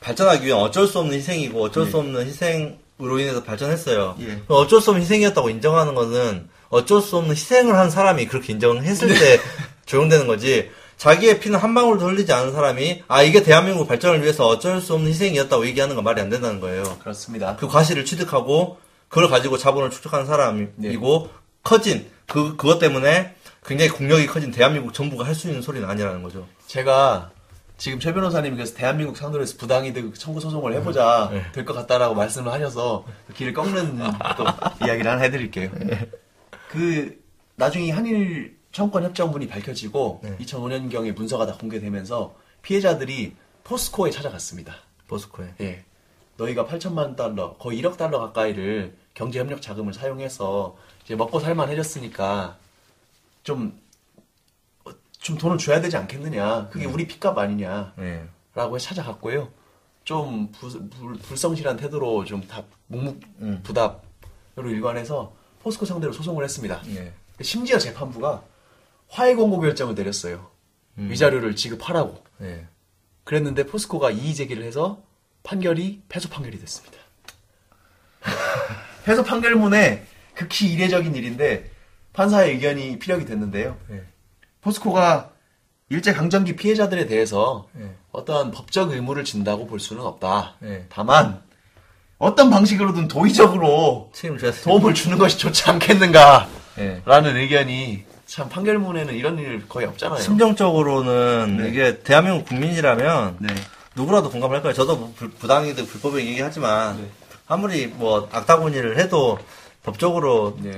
발전하기 위한 어쩔 수 없는 희생이고 어쩔 수 없는 희생으로 인해서 발전했어요.
예.
그럼 어쩔 수 없는 희생이었다고 인정하는 것은 어쩔 수 없는 희생을 한 사람이 그렇게 인정을 했을 때 적용되는 거지. 자기의 피는 한 방울도 흘리지 않은 사람이 아 이게 대한민국 발전을 위해서 어쩔 수 없는 희생이었다고 얘기하는 건 말이 안 된다는 거예요.
그렇습니다.
그 과실을 취득하고 그걸 가지고 자본을 축적한 사람이고 커진 그 그것 때문에 굉장히 국력이 커진 대한민국 정부가 할 수 있는 소리는 아니라는 거죠.
제가 지금 최 변호사님이 그래서 대한민국 상대로 해서 부당이득 청구 소송을 해보자 될 것 같다라고 말씀을 하셔서 그 길을 꺾는 또 이야기를 하나 해드릴게요. 그 나중에 한일 청권 협정문이 밝혀지고 2005년경에 문서가 다 공개되면서 피해자들이 포스코에 찾아갔습니다.
버스코에.
예. 너희가 8천만 달러, 거의 1억 달러 가까이를 경제협력 자금을 사용해서 이제 먹고 살만 해졌으니까 좀, 어, 좀 돈을 줘야 되지 않겠느냐. 그게 우리 핏값 아니냐.
네.
라고 해서 찾아갔고요. 좀 부- 불- 불성실한 태도로 좀 답, 묵묵부답으로 일관해서 포스코 상대로 소송을 했습니다.
네.
심지어 재판부가 화해 권고 결정을 내렸어요. 위자료를 지급하라고.
예.
그랬는데 포스코가 이의 제기를 해서 판결이 패소 판결이 됐습니다. 패소 판결문에 극히 이례적인 일인데 판사의 의견이 피력이 됐는데요.
예.
포스코가 일제 강점기 피해자들에 대해서
네.
어떠한 법적 의무를 진다고 볼 수는 없다.
네.
다만 어떤 방식으로든 도의적으로
책임을 져야 돼요.
도움을 주는 것이 좋지 않겠는가라는
예.
의견이 참 판결문에는 이런 일 거의 없잖아요.
심정적으로는 이게 대한민국 국민이라면
네.
누구라도 공감할 거예요. 저도 뭐 불, 부당이든 불법이긴 하지만 아무리 뭐 악다구니를 해도 법적으로
네.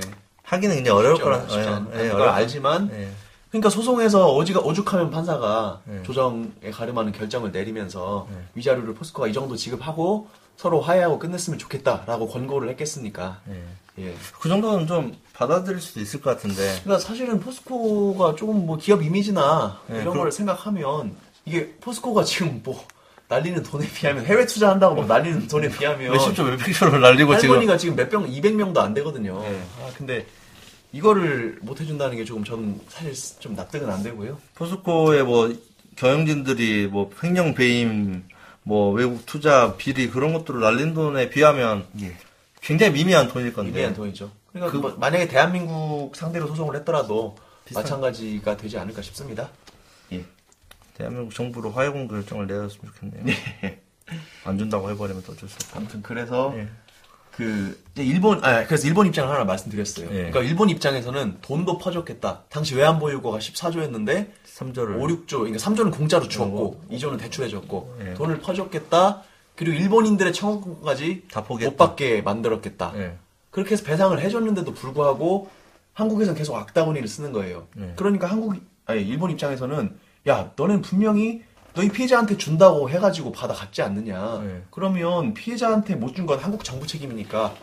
하기는 이제 어려울
쉽지 않-
거라.
쉽지
예,
않-
예,
않을 걸
어려울
알지만
예.
그러니까 소송에서 어지가 오죽하면 판사가
네.
조정에 가름하는 결정을
예.
내리면서 위자료를 포스코가 이 정도 지급하고 서로 화해하고 끝냈으면 좋겠다라고 권고를 했겠습니까?
예.
예.
그 정도는 좀 받아들일 수도 있을 것 같은데.
그러니까 사실은 포스코가 조금 뭐 기업 이미지나
네,
이런
그럼-
걸 생각하면 이게 포스코가 지금 뭐 날리는 돈에 비하면 해외 투자한다고 막 날리는 돈에 비하면
몇십 조, 몇백 조를 날리고 지금.
할머니가 지금 몇 병, 200명도 안 되거든요.
네.
아, 근데 이거를 못 해준다는 게 조금 저는 사실 좀 납득은 안 되고요.
포스코의 뭐 경영진들이 뭐 횡령 배임, 뭐 외국 투자 비리 그런 것들을 날린 돈에 비하면 굉장히 미미한 돈일 건데.
위대한 예. 돈이죠. 예. 그러니까
그-
뭐 만약에 대한민국 상대로 소송을 했더라도
비슷한-
마찬가지가 되지 않을까 싶습니다.
대한민국 정부로 화해공 결정을 내렸으면 좋겠네요. 안 준다고 해버리면 또 어쩔 수 없고.
아무튼 그래서
예.
그 이제 일본 아 그래서 일본 입장을 하나 말씀드렸어요.
예.
그러니까 일본 입장에서는 돈도 퍼줬겠다. 당시 외환 보유고가 14조였는데
3조를.
5, 6조 그러니까 3조는 공짜로 주었고 2조는 대출해 줬고
예.
돈을 퍼줬겠다. 그리고 일본인들의 청구까지
다 포기했다.
못 받게 만들었겠다.
예.
그렇게 해서 배상을 해줬는데도 불구하고 한국에선 계속 악다구니를 쓰는 거예요.
네.
그러니까 한국, 아니, 일본 입장에서는 야, 너는 분명히 너희 피해자한테 준다고 해가지고 받아갔지 않느냐.
네.
그러면 피해자한테 못 준 건 한국 정부 책임이니까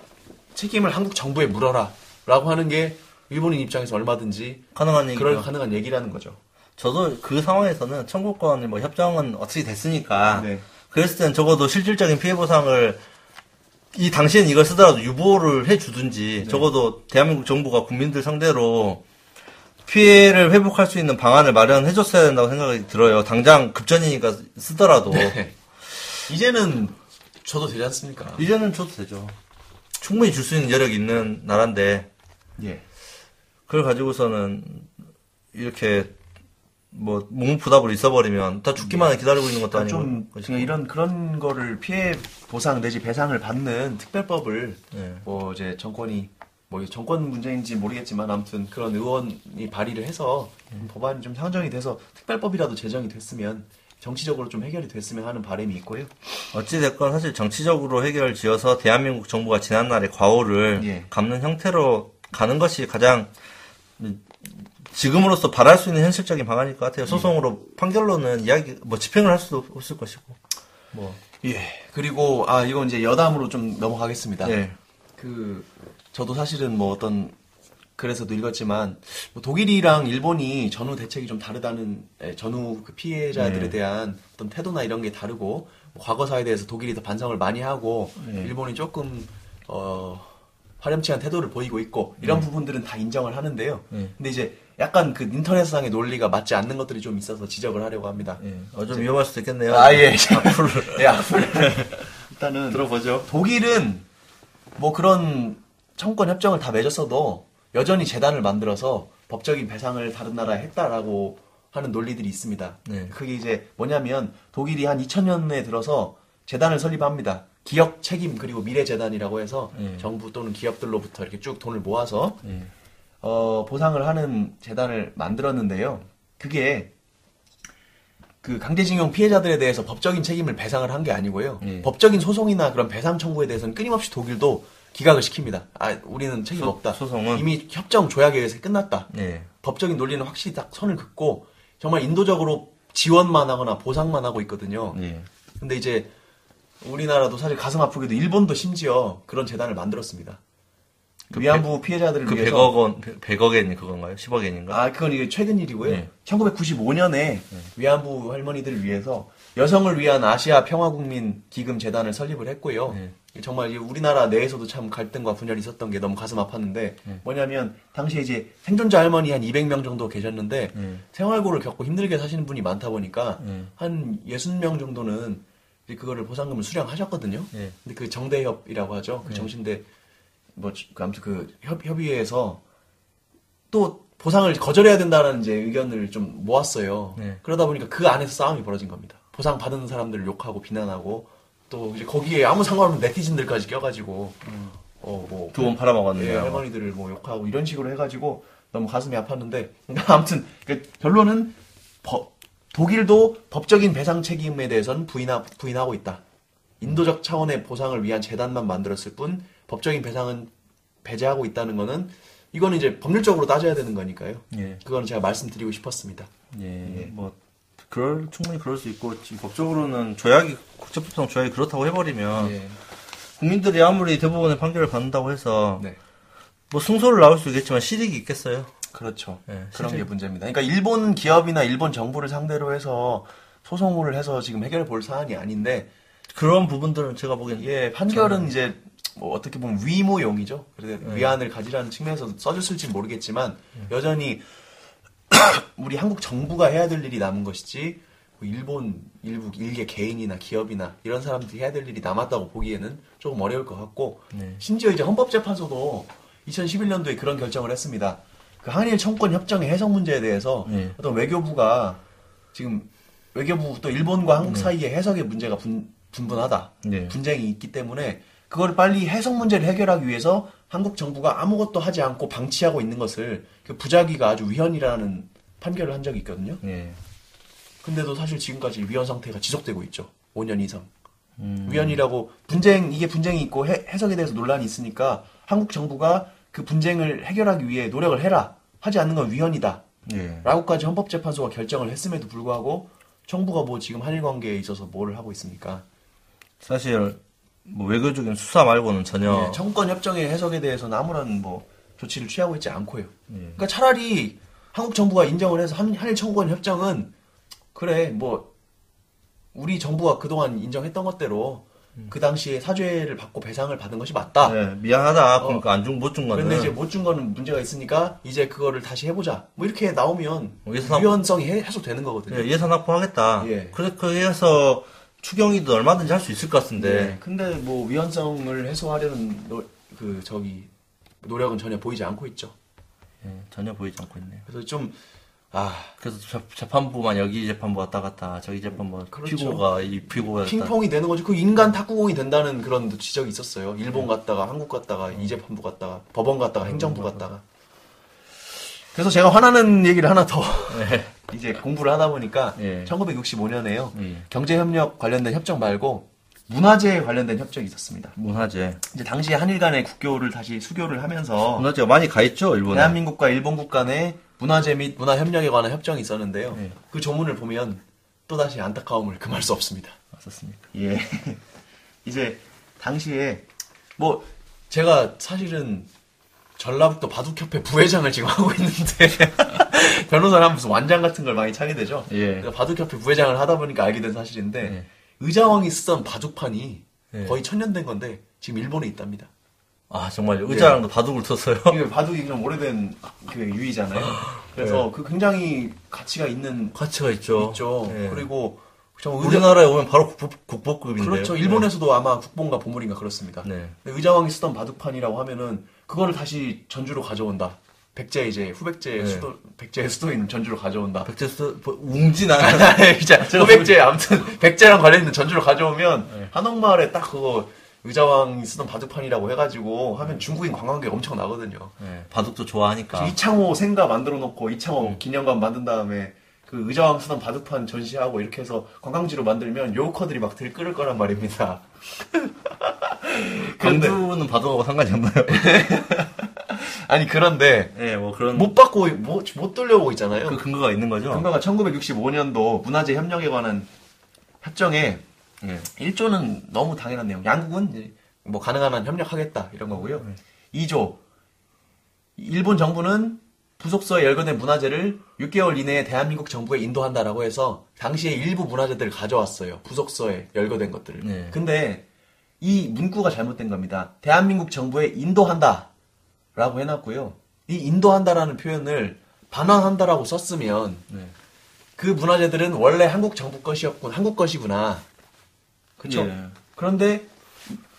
책임을 한국 정부에 물어라. 라고 하는 게 일본인 입장에서 얼마든지
가능한 얘기죠.
그럴 가능한 얘기라는 거죠.
저도 그 상황에서는 청구권 뭐 협정은 어떻게 됐으니까
네.
그랬을 땐 적어도 실질적인 피해 보상을 이 당시엔 이걸 쓰더라도 유보를 해주든지 적어도 대한민국 정부가 국민들 상대로 피해를 회복할 수 있는 방안을 마련해줬어야 된다고 생각이 들어요. 당장 급전이니까 쓰더라도
네. 이제는 저도 되지 않습니까?
이제는 줘도 되죠. 충분히 줄 수 있는 여력이 있는 나라인데
예.
그걸 가지고서는 이렇게 뭐 묵묵부답으로 있어버리면 다 죽기만 기다리고 있는 것도 아니고
그러니까 좀
것이고.
그냥 이런 그런 거를 피해 보상 내지 배상을 받는 특별법을
예.
뭐 이제 정권이 뭐 이게 정권 문제인지 모르겠지만 아무튼 그런 의원이 발의를 해서 법안이 좀 상정이 돼서 특별법이라도 제정이 됐으면 정치적으로 좀 해결이 됐으면 하는 바람이 있고요.
어찌됐건 사실 정치적으로 해결 지어서 대한민국 정부가 지난날의 과오를
예.
갚는 형태로 가는 것이 가장 지금으로서 바랄 수 있는 현실적인 방안일 것 같아요. 소송으로 판결로는 이야기, 뭐 집행을 할 수도 없을 것이고. 뭐.
예. 그리고 아 이건 이제 여담으로 좀 넘어가겠습니다.
예.
그 저도 사실은 뭐 어떤 그래서도 읽었지만 뭐 독일이랑 일본이 전후 대책이 좀 다르다는 에, 전후 그 피해자들에
네.
대한 어떤 태도나 이런 게 다르고 뭐 과거사에 대해서 독일이 더 반성을 많이 하고
예.
일본이 조금 어 화렴치한 태도를 보이고 있고
예.
이런 부분들은 다 인정을 하는데요.
네.
근데 이제 약간 그 인터넷상의 논리가 맞지 않는 것들이 좀 있어서 지적을 하려고 합니다.
예. 어, 좀 위험할 수도 있겠네요.
아, 예.
앞으로.
예, 앞으로 일단은
들어보죠.
독일은 뭐 그런 청구권 협정을 다 맺었어도 여전히 재단을 만들어서 법적인 배상을 다른 나라에 했다라고 하는 논리들이 있습니다.
네.
그게 이제 뭐냐면 독일이 한 2000년에 들어서 재단을 설립합니다. 기업 책임 그리고 미래 재단이라고 해서
네.
정부 또는 기업들로부터 이렇게 쭉 돈을 모아서
예.
어, 보상을 하는 재단을 만들었는데요. 그게 그 강제징용 피해자들에 대해서 법적인 책임을 배상을 한 게 아니고요.
예.
법적인 소송이나 그런 배상 청구에 대해서는 끊임없이 독일도 기각을 시킵니다. 아, 우리는 책임
소-
없다.
소송은?
이미 협정 조약에 의해서 끝났다.
예.
법적인 논리는 확실히 딱 선을 긋고 정말 인도적으로 지원만 하거나 보상만 하고 있거든요.
예.
근데 이제 우리나라도 사실 가슴 아프게도 일본도 심지어 그런 재단을 만들었습니다.
그
위안부 피해자들을
그
위해서
100억 원, 100억엔 그건가요? 10억엔인가?
아, 그건 이게 최근 일이고요.
네.
1995년에 위안부 할머니들을 위해서 여성을 위한 아시아 평화국민 기금 재단을 설립을 했고요.
네.
정말 이 우리나라 내에서도 참 갈등과 분열이 있었던 게 너무 가슴 아팠는데
네.
뭐냐면 당시에 이제 생존자 할머니 한 200명 정도 계셨는데
네.
생활고를 겪고 힘들게 사시는 분이 많다 보니까
네.
한 60명 정도는 이제 그거를 보상금을 수령하셨거든요.
네.
근데 그 정대협이라고 하죠. 그 정신대 뭐 주- 그 아무튼 그 협, 협의회에서 또 보상을 거절해야 된다라는 이제 의견을 좀 모았어요.
네.
그러다 보니까 그 안에서 싸움이 벌어진 겁니다. 보상 받는 사람들을 욕하고 비난하고 또 이제 거기에 아무 상관없는 네티즌들까지 껴가지고 어뭐
두번 팔아먹었네요.
예, 할머니들을 뭐 욕하고 이런 식으로 해가지고 너무 가슴이 아팠는데 아무튼 그 결론은 법- 독일도 법적인 배상 책임에 대해서는 부인하, 부인하고 있다. 인도적 차원의 보상을 위한 재단만 만들었을 뿐 법적인 배상은 배제하고 있다는 거는 이거는 이제 법률적으로 따져야 되는 거니까요.
예.
그거는 제가 말씀드리고 싶었습니다.
예, 뭐 그럴 충분히 그럴 수 있고 지금 법적으로는 조약이 국제법상 조약이 그렇다고 해버리면
예.
국민들이 아무리 대법원의 판결을 받는다고 해서
네.
뭐 승소를 나올 수 있겠지만 실익이 있겠어요.
그렇죠.
예,
그런
실제-
게 문제입니다. 그러니까 일본 기업이나 일본 정부를 상대로 해서 소송을 해서 지금 해결해 볼 사안이 아닌데
그런 부분들은 제가 보기엔
예, 판결은 이제 뭐 어떻게 보면 위모용이죠. 그래서 위안을 가지라는 측면에서 써줬을지 모르겠지만 여전히 우리 한국 정부가 해야 될 일이 남은 것이지 뭐 일본 일부 일개 개인이나 기업이나 이런 사람들이 해야 될 일이 남았다고 보기에는 조금 어려울 것 같고
네.
심지어 이제 헌법재판소도 2011년도에 그런 결정을 했습니다. 그 한일 청권 협정의 해석 문제에 대해서
네.
어떤 외교부가 지금 외교부 또 일본과 한국 사이의 해석의 문제가 분, 분분하다.
네.
분쟁이 있기 때문에 그걸 빨리 해석 문제를 해결하기 위해서 한국 정부가 아무것도 하지 않고 방치하고 있는 것을 그 부작위가 아주 위헌이라는 판결을 한 적이 있거든요.
예.
근데도 사실 지금까지 위헌 상태가 지속되고 있죠. 5년 이상. 위헌이라고 분쟁 이게 분쟁이 있고 해, 해석에 대해서 논란이 있으니까 한국 정부가 그 분쟁을 해결하기 위해 노력을 해라. 하지 않는 건 위헌이다.
예.
라고까지 헌법재판소가 결정을 했음에도 불구하고 정부가 뭐 지금 한일 관계에 있어서 뭐를 하고 있습니까?
사실 뭐 외교적인 수사 말고는 전혀
예, 정권 협정의 해석에 대해서는 아무런 뭐 조치를 취하고 있지 않고요.
예.
그러니까 차라리 한국 정부가 인정을 해서 한, 한일 청구권 협정은 그래 뭐 우리 정부가 그동안 인정했던 것대로
음.
그 당시에 사죄를 받고 배상을 받은 것이 맞다.
예, 미안하다.
어.
그러니까 안 준 못 준 거는
근데 이제 못 준 거는 문제가 있으니까 이제 그거를 다시 해보자. 뭐 이렇게 나오면
뭐 예산-
유연성이 해- 해소되는 거거든요.
예, 예산 확보하겠다.
예.
그렇게 해서 추경이든 얼마든지 할 수 있을 것
네.
같은데
근데 뭐 위헌성을 해소하려는 노- 그 저기 노력은 전혀 보이지 않고 있죠.
예, 전혀 보이지 않고 있네요.
그래서 좀아
그래서 재- 재판부만 여기 재판부 왔다 갔다 저기 재판부
그렇죠.
피고가 이 피고가
핑퐁이 되는 거죠. 그 인간 탁구공이 된다는 그런 지적이 있었어요. 일본 갔다가 한국 갔다가 이재판부 갔다가 네. 법원 갔다가 행정부 갔다가. 그래서 제가 화나는 얘기를 하나 더 이제 공부를 하다 보니까
예.
1965년에요.
예.
경제협력 관련된 협정 말고 문화재에 관련된 협정이 있었습니다.
문화재
이제 당시에 한일 간의 국교를 다시 수교를 하면서
문화재가 많이 가 있죠
네.
일본에
어. 대한민국과 일본국 간의 문화재 및 문화협력에 관한 협정이 있었는데요.
예.
그 조문을 보면 또다시 안타까움을 금할 수 없습니다.
맞습니까?
예. 이제 당시에 뭐 제가 사실은 전라북도 바둑협회 부회장을 지금 하고 있는데 변호사를 하면서 완장 같은 걸 많이 차게 되죠.
예.
그래서 바둑협회 부회장을 하다 보니까 알게 된 사실인데
예.
의자왕이 쓰던 바둑판이
예.
거의 천년된 건데 지금 일본에 있답니다.
아 정말
예.
의자랑도 바둑을 뒀어요.
이게 바둑이 좀 오래된 그 유의잖아요. 그래서 그 굉장히 가치가 있는
가치가 있죠.
있죠.
예.
그리고 좀 의자-
우리나라에 오면 바로 국보, 국보급인데요.
그렇죠.
예.
일본에서도 아마 국본과 보물인가 그렇습니다.
네.
근데 의자왕이 쓰던 바둑판이라고 하면은 그거를 다시 전주로 가져온다. 백제 이제 후백제
네.
수도 백제의 수도인 전주로 가져온다.
백제수 뭐, 웅진한
이제 후백제 아무튼 백제랑 관련 있는 전주로 가져오면
네.
한옥마을에 딱 그거 의자왕이 쓰던 바둑판이라고 해가지고 하면 중국인 관광객 엄청 나거든요.
예, 바둑도 좋아하니까
그 이창호 생가 만들어 놓고 이창호 기념관 만든 다음에 그 의자왕 쓰던 바둑판 전시하고 이렇게 해서 관광지로 만들면 요커들이 막 들끓을 거란 말입니다. 그런데-
강두는 바둑하고 상관이 없나요?
아니 그런데
예, 뭐 그런
못 받고 못, 못 돌려오고 있잖아요.
그 근거가 있는 거죠.
금가가 1965년도 문화재 협력에 관한 협정에
예. 네.
1조는 너무 당연한 내용. 양국은 이제 뭐 가능한 한 협력하겠다 이런 거고요. 2조 일본 정부는 부속서에 열거된 문화재를 6개월 이내에 대한민국 정부에 인도한다라고 해서 당시에 일부 문화재들을 가져왔어요. 부속서에 열거된 것들을.
네.
근데 이 문구가 잘못된 겁니다. 대한민국 정부에 인도한다라고 해놨고요. 이 인도한다라는 표현을 반환한다라고 썼으면
네.
그 문화재들은 원래 한국 정부 것이었군, 한국 것이구나. 그쵸?
예.
그런데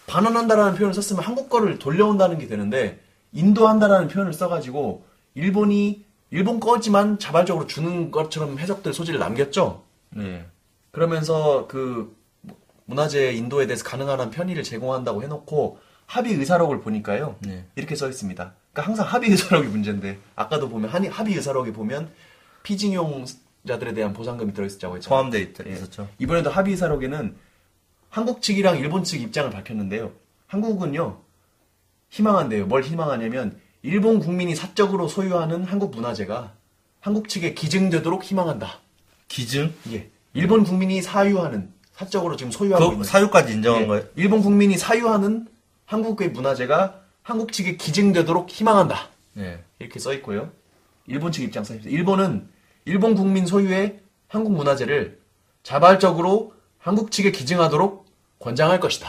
반환한다라는 표현을 썼으면 한국 거를 돌려온다는 게 되는데 인도한다라는 표현을 써가지고 일본이 일본 거지만 자발적으로 주는 것처럼 해석될 소지를 남겼죠.
네.
그러면서 그 문화재 인도에 대해서 가능한 한 편의를 제공한다고 해놓고 합의 의사록을 보니까요.
네.
이렇게 써 있습니다. 그러니까 항상 합의 의사록이 문제인데 아까도 보면 한 합의 의사록에 보면 피징용자들에 대한 보상금이 들어있었다고 했죠.
포함되어 있- 있었죠.
이번에도 합의 의사록에는 한국 측이랑 일본 측 입장을 밝혔는데요. 한국은요 희망한대요. 뭘 희망하냐면 일본 국민이 사적으로 소유하는 한국 문화재가 한국 측에 기증되도록 희망한다.
기증?
예. 일본 국민이 사유하는 사적으로 지금 소유하고
그
있는
사유까지 인정한
예.
거예요?
일본 국민이 사유하는 한국의 문화재가 한국 측에 기증되도록 희망한다.
네.
이렇게 써 있고요. 일본 측 입장 써 있습니다. 일본은 일본 국민 소유의 한국 문화재를 자발적으로 한국 측에 기증하도록 권장할 것이다.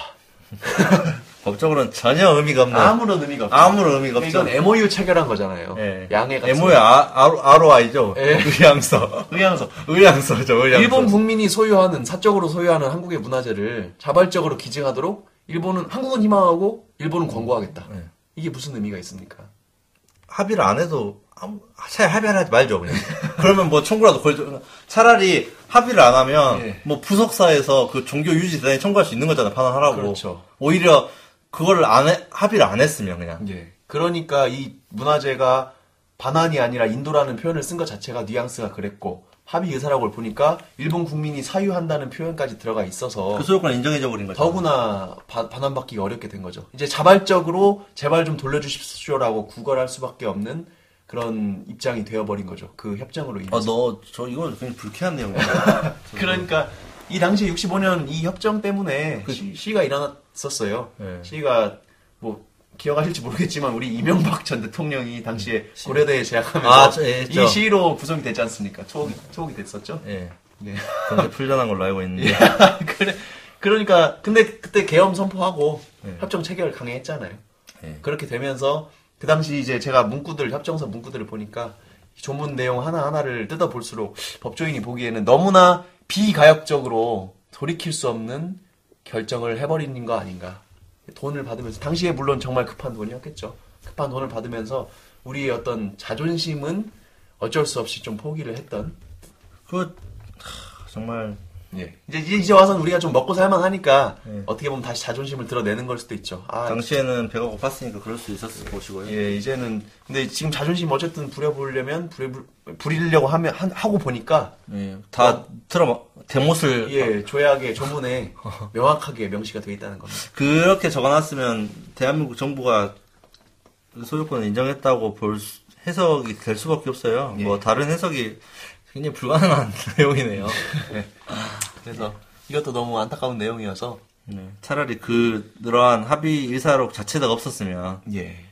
법적으로는 전혀 의미가 없는.
아무런 의미가 없죠.
네. 아무런 의미가 없죠.
이건 MOU 체결한 거잖아요.
예.
양해 같은.
MOU 아, ROI죠.
예.
의향서.
의향서.
의향서죠, 의향서.
일본 국민이 소유하는 사적으로 소유하는 한국의 문화재를 자발적으로 기증하도록 일본은 한국은 희망하고 일본은 권고하겠다.
네.
이게 무슨 의미가 있습니까?
합의를 안 해도 아무, 차라리 합의를 하지 말죠
예.
그냥. 그러면 뭐 청구라도 걸죠. 차라리 합의를 안 하면
예.
뭐 부석사에서 그 종교 유지 대단히 청구할 수 있는 거잖아 판단하라고.
그렇죠.
오히려 그걸 안 해, 합의를 안 했으면 그냥.
예. 그러니까 이 문화재가 반환이 아니라 인도라는 표현을 쓴 것 자체가 뉘앙스가 그랬고 합의 의사라고 보니까 일본 국민이 사유한다는 표현까지 들어가 있어서
그 소유권 인정해져 버린 거죠.
더구나 바- 반환받기 어렵게 된 거죠. 이제 자발적으로 제발 좀 돌려주십시오라고 구걸할 수밖에 없는 그런 입장이 되어버린 거죠. 그 협정으로 인해서.
아너 저 이거 그냥 불쾌한 내용이야.
그러니까 이 당시 65년 이 협정 때문에 그 시, 예. 시위가 일어났었어요.
네.
시위가 뭐 기억하실지 모르겠지만 우리 이명박 전 대통령이 당시에 고려대에 재학하면서
아, 저- 예, 했죠.
이 시위로 구성이 되지 않습니까? 초기 초기 됐었죠.
예.
네. 예.
그런데 풀려난 걸로 알고 있는데.
그래 그러니까 근데 그때 계엄 선포하고
네.
협정 체결 강행했잖아요.
예.
그렇게 되면서 그 당시 이제 제가 문구들 협정서 문구들을 보니까 조문 내용 하나 하나를 뜯어 볼수록 법조인이 보기에는 너무나 비가역적으로 돌이킬 수 없는 결정을 해버린 거 아닌가. 돈을 받으면서 당시에 물론 정말 급한 돈이었겠죠. 급한 돈을 받으면서 우리의 어떤 자존심은 어쩔 수 없이 좀 포기를 했던.
그 하, 정말
예. 이제 이제 와서는 우리가 좀 먹고 살만하니까
예.
어떻게 보면 다시 자존심을 드러내는 걸 수도 있죠. 아,
당시에는 배가 고팠으니까 그럴 수 있었을 것이고요.
예, 이제는 근데 지금 자존심 어쨌든 부려보려면 부려 부리려고 하면 한- 하고 보니까
예. 다 틀어 대못을
예 조약의 조문에 명확하게 명시가 되어 있다는 겁니다.
그렇게 적어놨으면 대한민국 정부가 소유권을 인정했다고 볼 수- 해석이 될 수밖에 없어요.
예.
뭐 다른 해석이 굉장히 불가능한 내용이네요. 예.
그래서 이것도 너무 안타까운 내용이어서
네. 차라리 그 늘어난 합의 의사록 자체가 없었으면
예.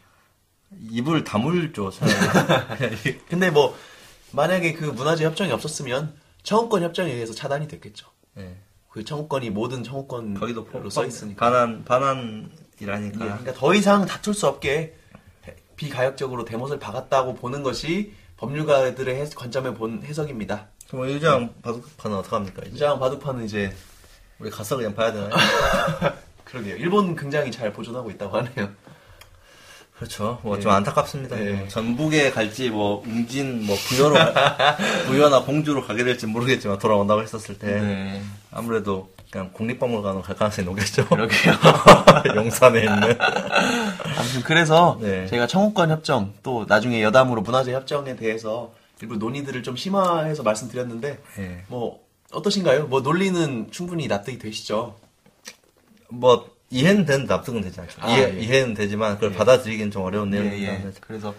입을 다물죠. 차라리.
근데 뭐 만약에 그 문화재 협정이 없었으면 청구권 협정에 의해서 차단이 됐겠죠.
네.
그 청구권이 모든 청구권으로
거기도 포-
써 있으니까.
반환 반환이라니까.
예, 그러니까 더 이상 다툴 수 없게 비가역적으로 대못을 박았다고 보는 것이 법률가들의 해- 관점에 본 해석입니다.
그럼 의장 바둑판은 어떡합니까? 이제
이장 바둑판은 이제
우리 가서 그냥 봐야 되나요?
그러게요. 일본 굉장히 잘 보존하고 있다고 하네요.
그렇죠. 뭐 좀 안타깝습니다.
예.
뭐 전북에 갈지 뭐 웅진 뭐 부여로 가- 부여나 공주로 가게 될지 모르겠지만 돌아온다고 했었을
네.
때 아무래도 그냥 국립박물관으로 갈 가능성이 높겠죠.
그러게요.
용산에 있는.
아무튼 그래서
네.
저희가 청구권 협정 또 나중에 여담으로 문화재 협정에 대해서 일부 논의들을 좀 심화해서 말씀드렸는데
예.
뭐 어떠신가요? 뭐 논리는 충분히 납득이 되시죠?
뭐 이해는 된 납득은 되지 않죠.
아,
이해,
예.
이해는 되지만 그걸 받아들이기는 좀 어려운 내용입니다.
그래서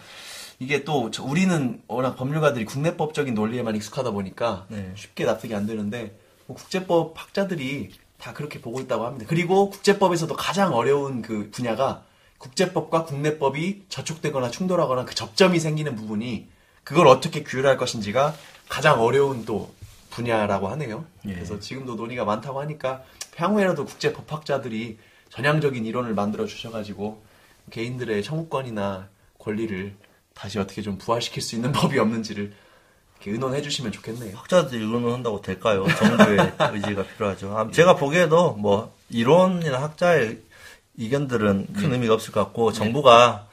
이게 또 저- 우리는 워낙 법률가들이 국내법적인 논리에만 익숙하다 보니까
네.
쉽게 납득이 안 되는데 뭐 국제법 학자들이 다 그렇게 보고 있다고 합니다. 그리고 국제법에서도 가장 어려운 그 분야가 국제법과 국내법이 저촉되거나 충돌하거나 그 접점이 생기는 부분이 그걸 어떻게 규율할 것인지가 가장 어려운 또 분야라고 하네요.
예.
그래서 지금도 논의가 많다고 하니까 향후에라도 국제 법학자들이 전향적인 이론을 만들어 주셔가지고 개인들의 청구권이나 권리를 다시 어떻게 좀 부활시킬 수 있는 법이 없는지를 이렇게 의논해 주시면 좋겠네요.
학자들이 의논한다고 될까요? 정부의 의지가 필요하죠. 아, 제가 보기에도 뭐 이론이나 학자의 의견들은 큰 의미가 없을 것 같고 정부가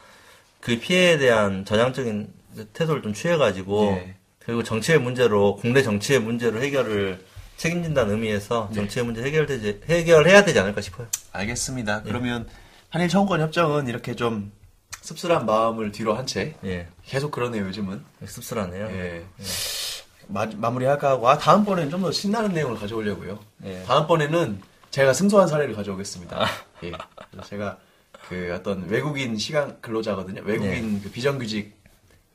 그 피해에 대한 전향적인 태도를 좀 취해가지고
예.
그리고 정치의 문제로 국내 정치의 문제로 해결을 책임진다는 의미에서 정치의 문제 해결되지 해결해야 되지 않을까 싶어요. 예.
알겠습니다. 그러면 한일 청구권 협정은 이렇게 좀 씁쓸한 마음을 뒤로 한 채
예,
계속 그러네요 요즘은.
씁쓸하네요.
예. 마, 마무리할까 하고 아 다음번에는 좀 더 신나는 내용을 가져오려고요.
예. 아.
다음번에는 제가 승소한 사례를 가져오겠습니다. 예. 그래서 제가 그 어떤 외국인 시간 근로자거든요.
예.
외국인 그 비정규직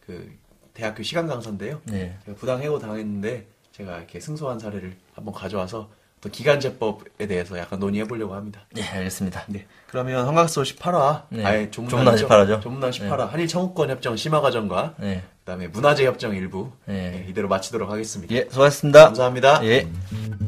그 대학교 시간 강사인데요.
예.
제가 부당 해고 당했는데 제가 이렇게 승소한 사례를 한번 가져와서 또 기간제법에 대해서 약간 논의해 보려고 합니다.
예, 알겠습니다.
네. 그러면 헌각소 18화,
네.
아예
조문안 18화 죠. 네.
조문난 18화, 한일 청구권 협정 심화 과정과
예.
그다음에 문화재 협정 일부
네.
예, 이대로 마치도록 하겠습니다.
예, 수고하셨습니다.
감사합니다.
예.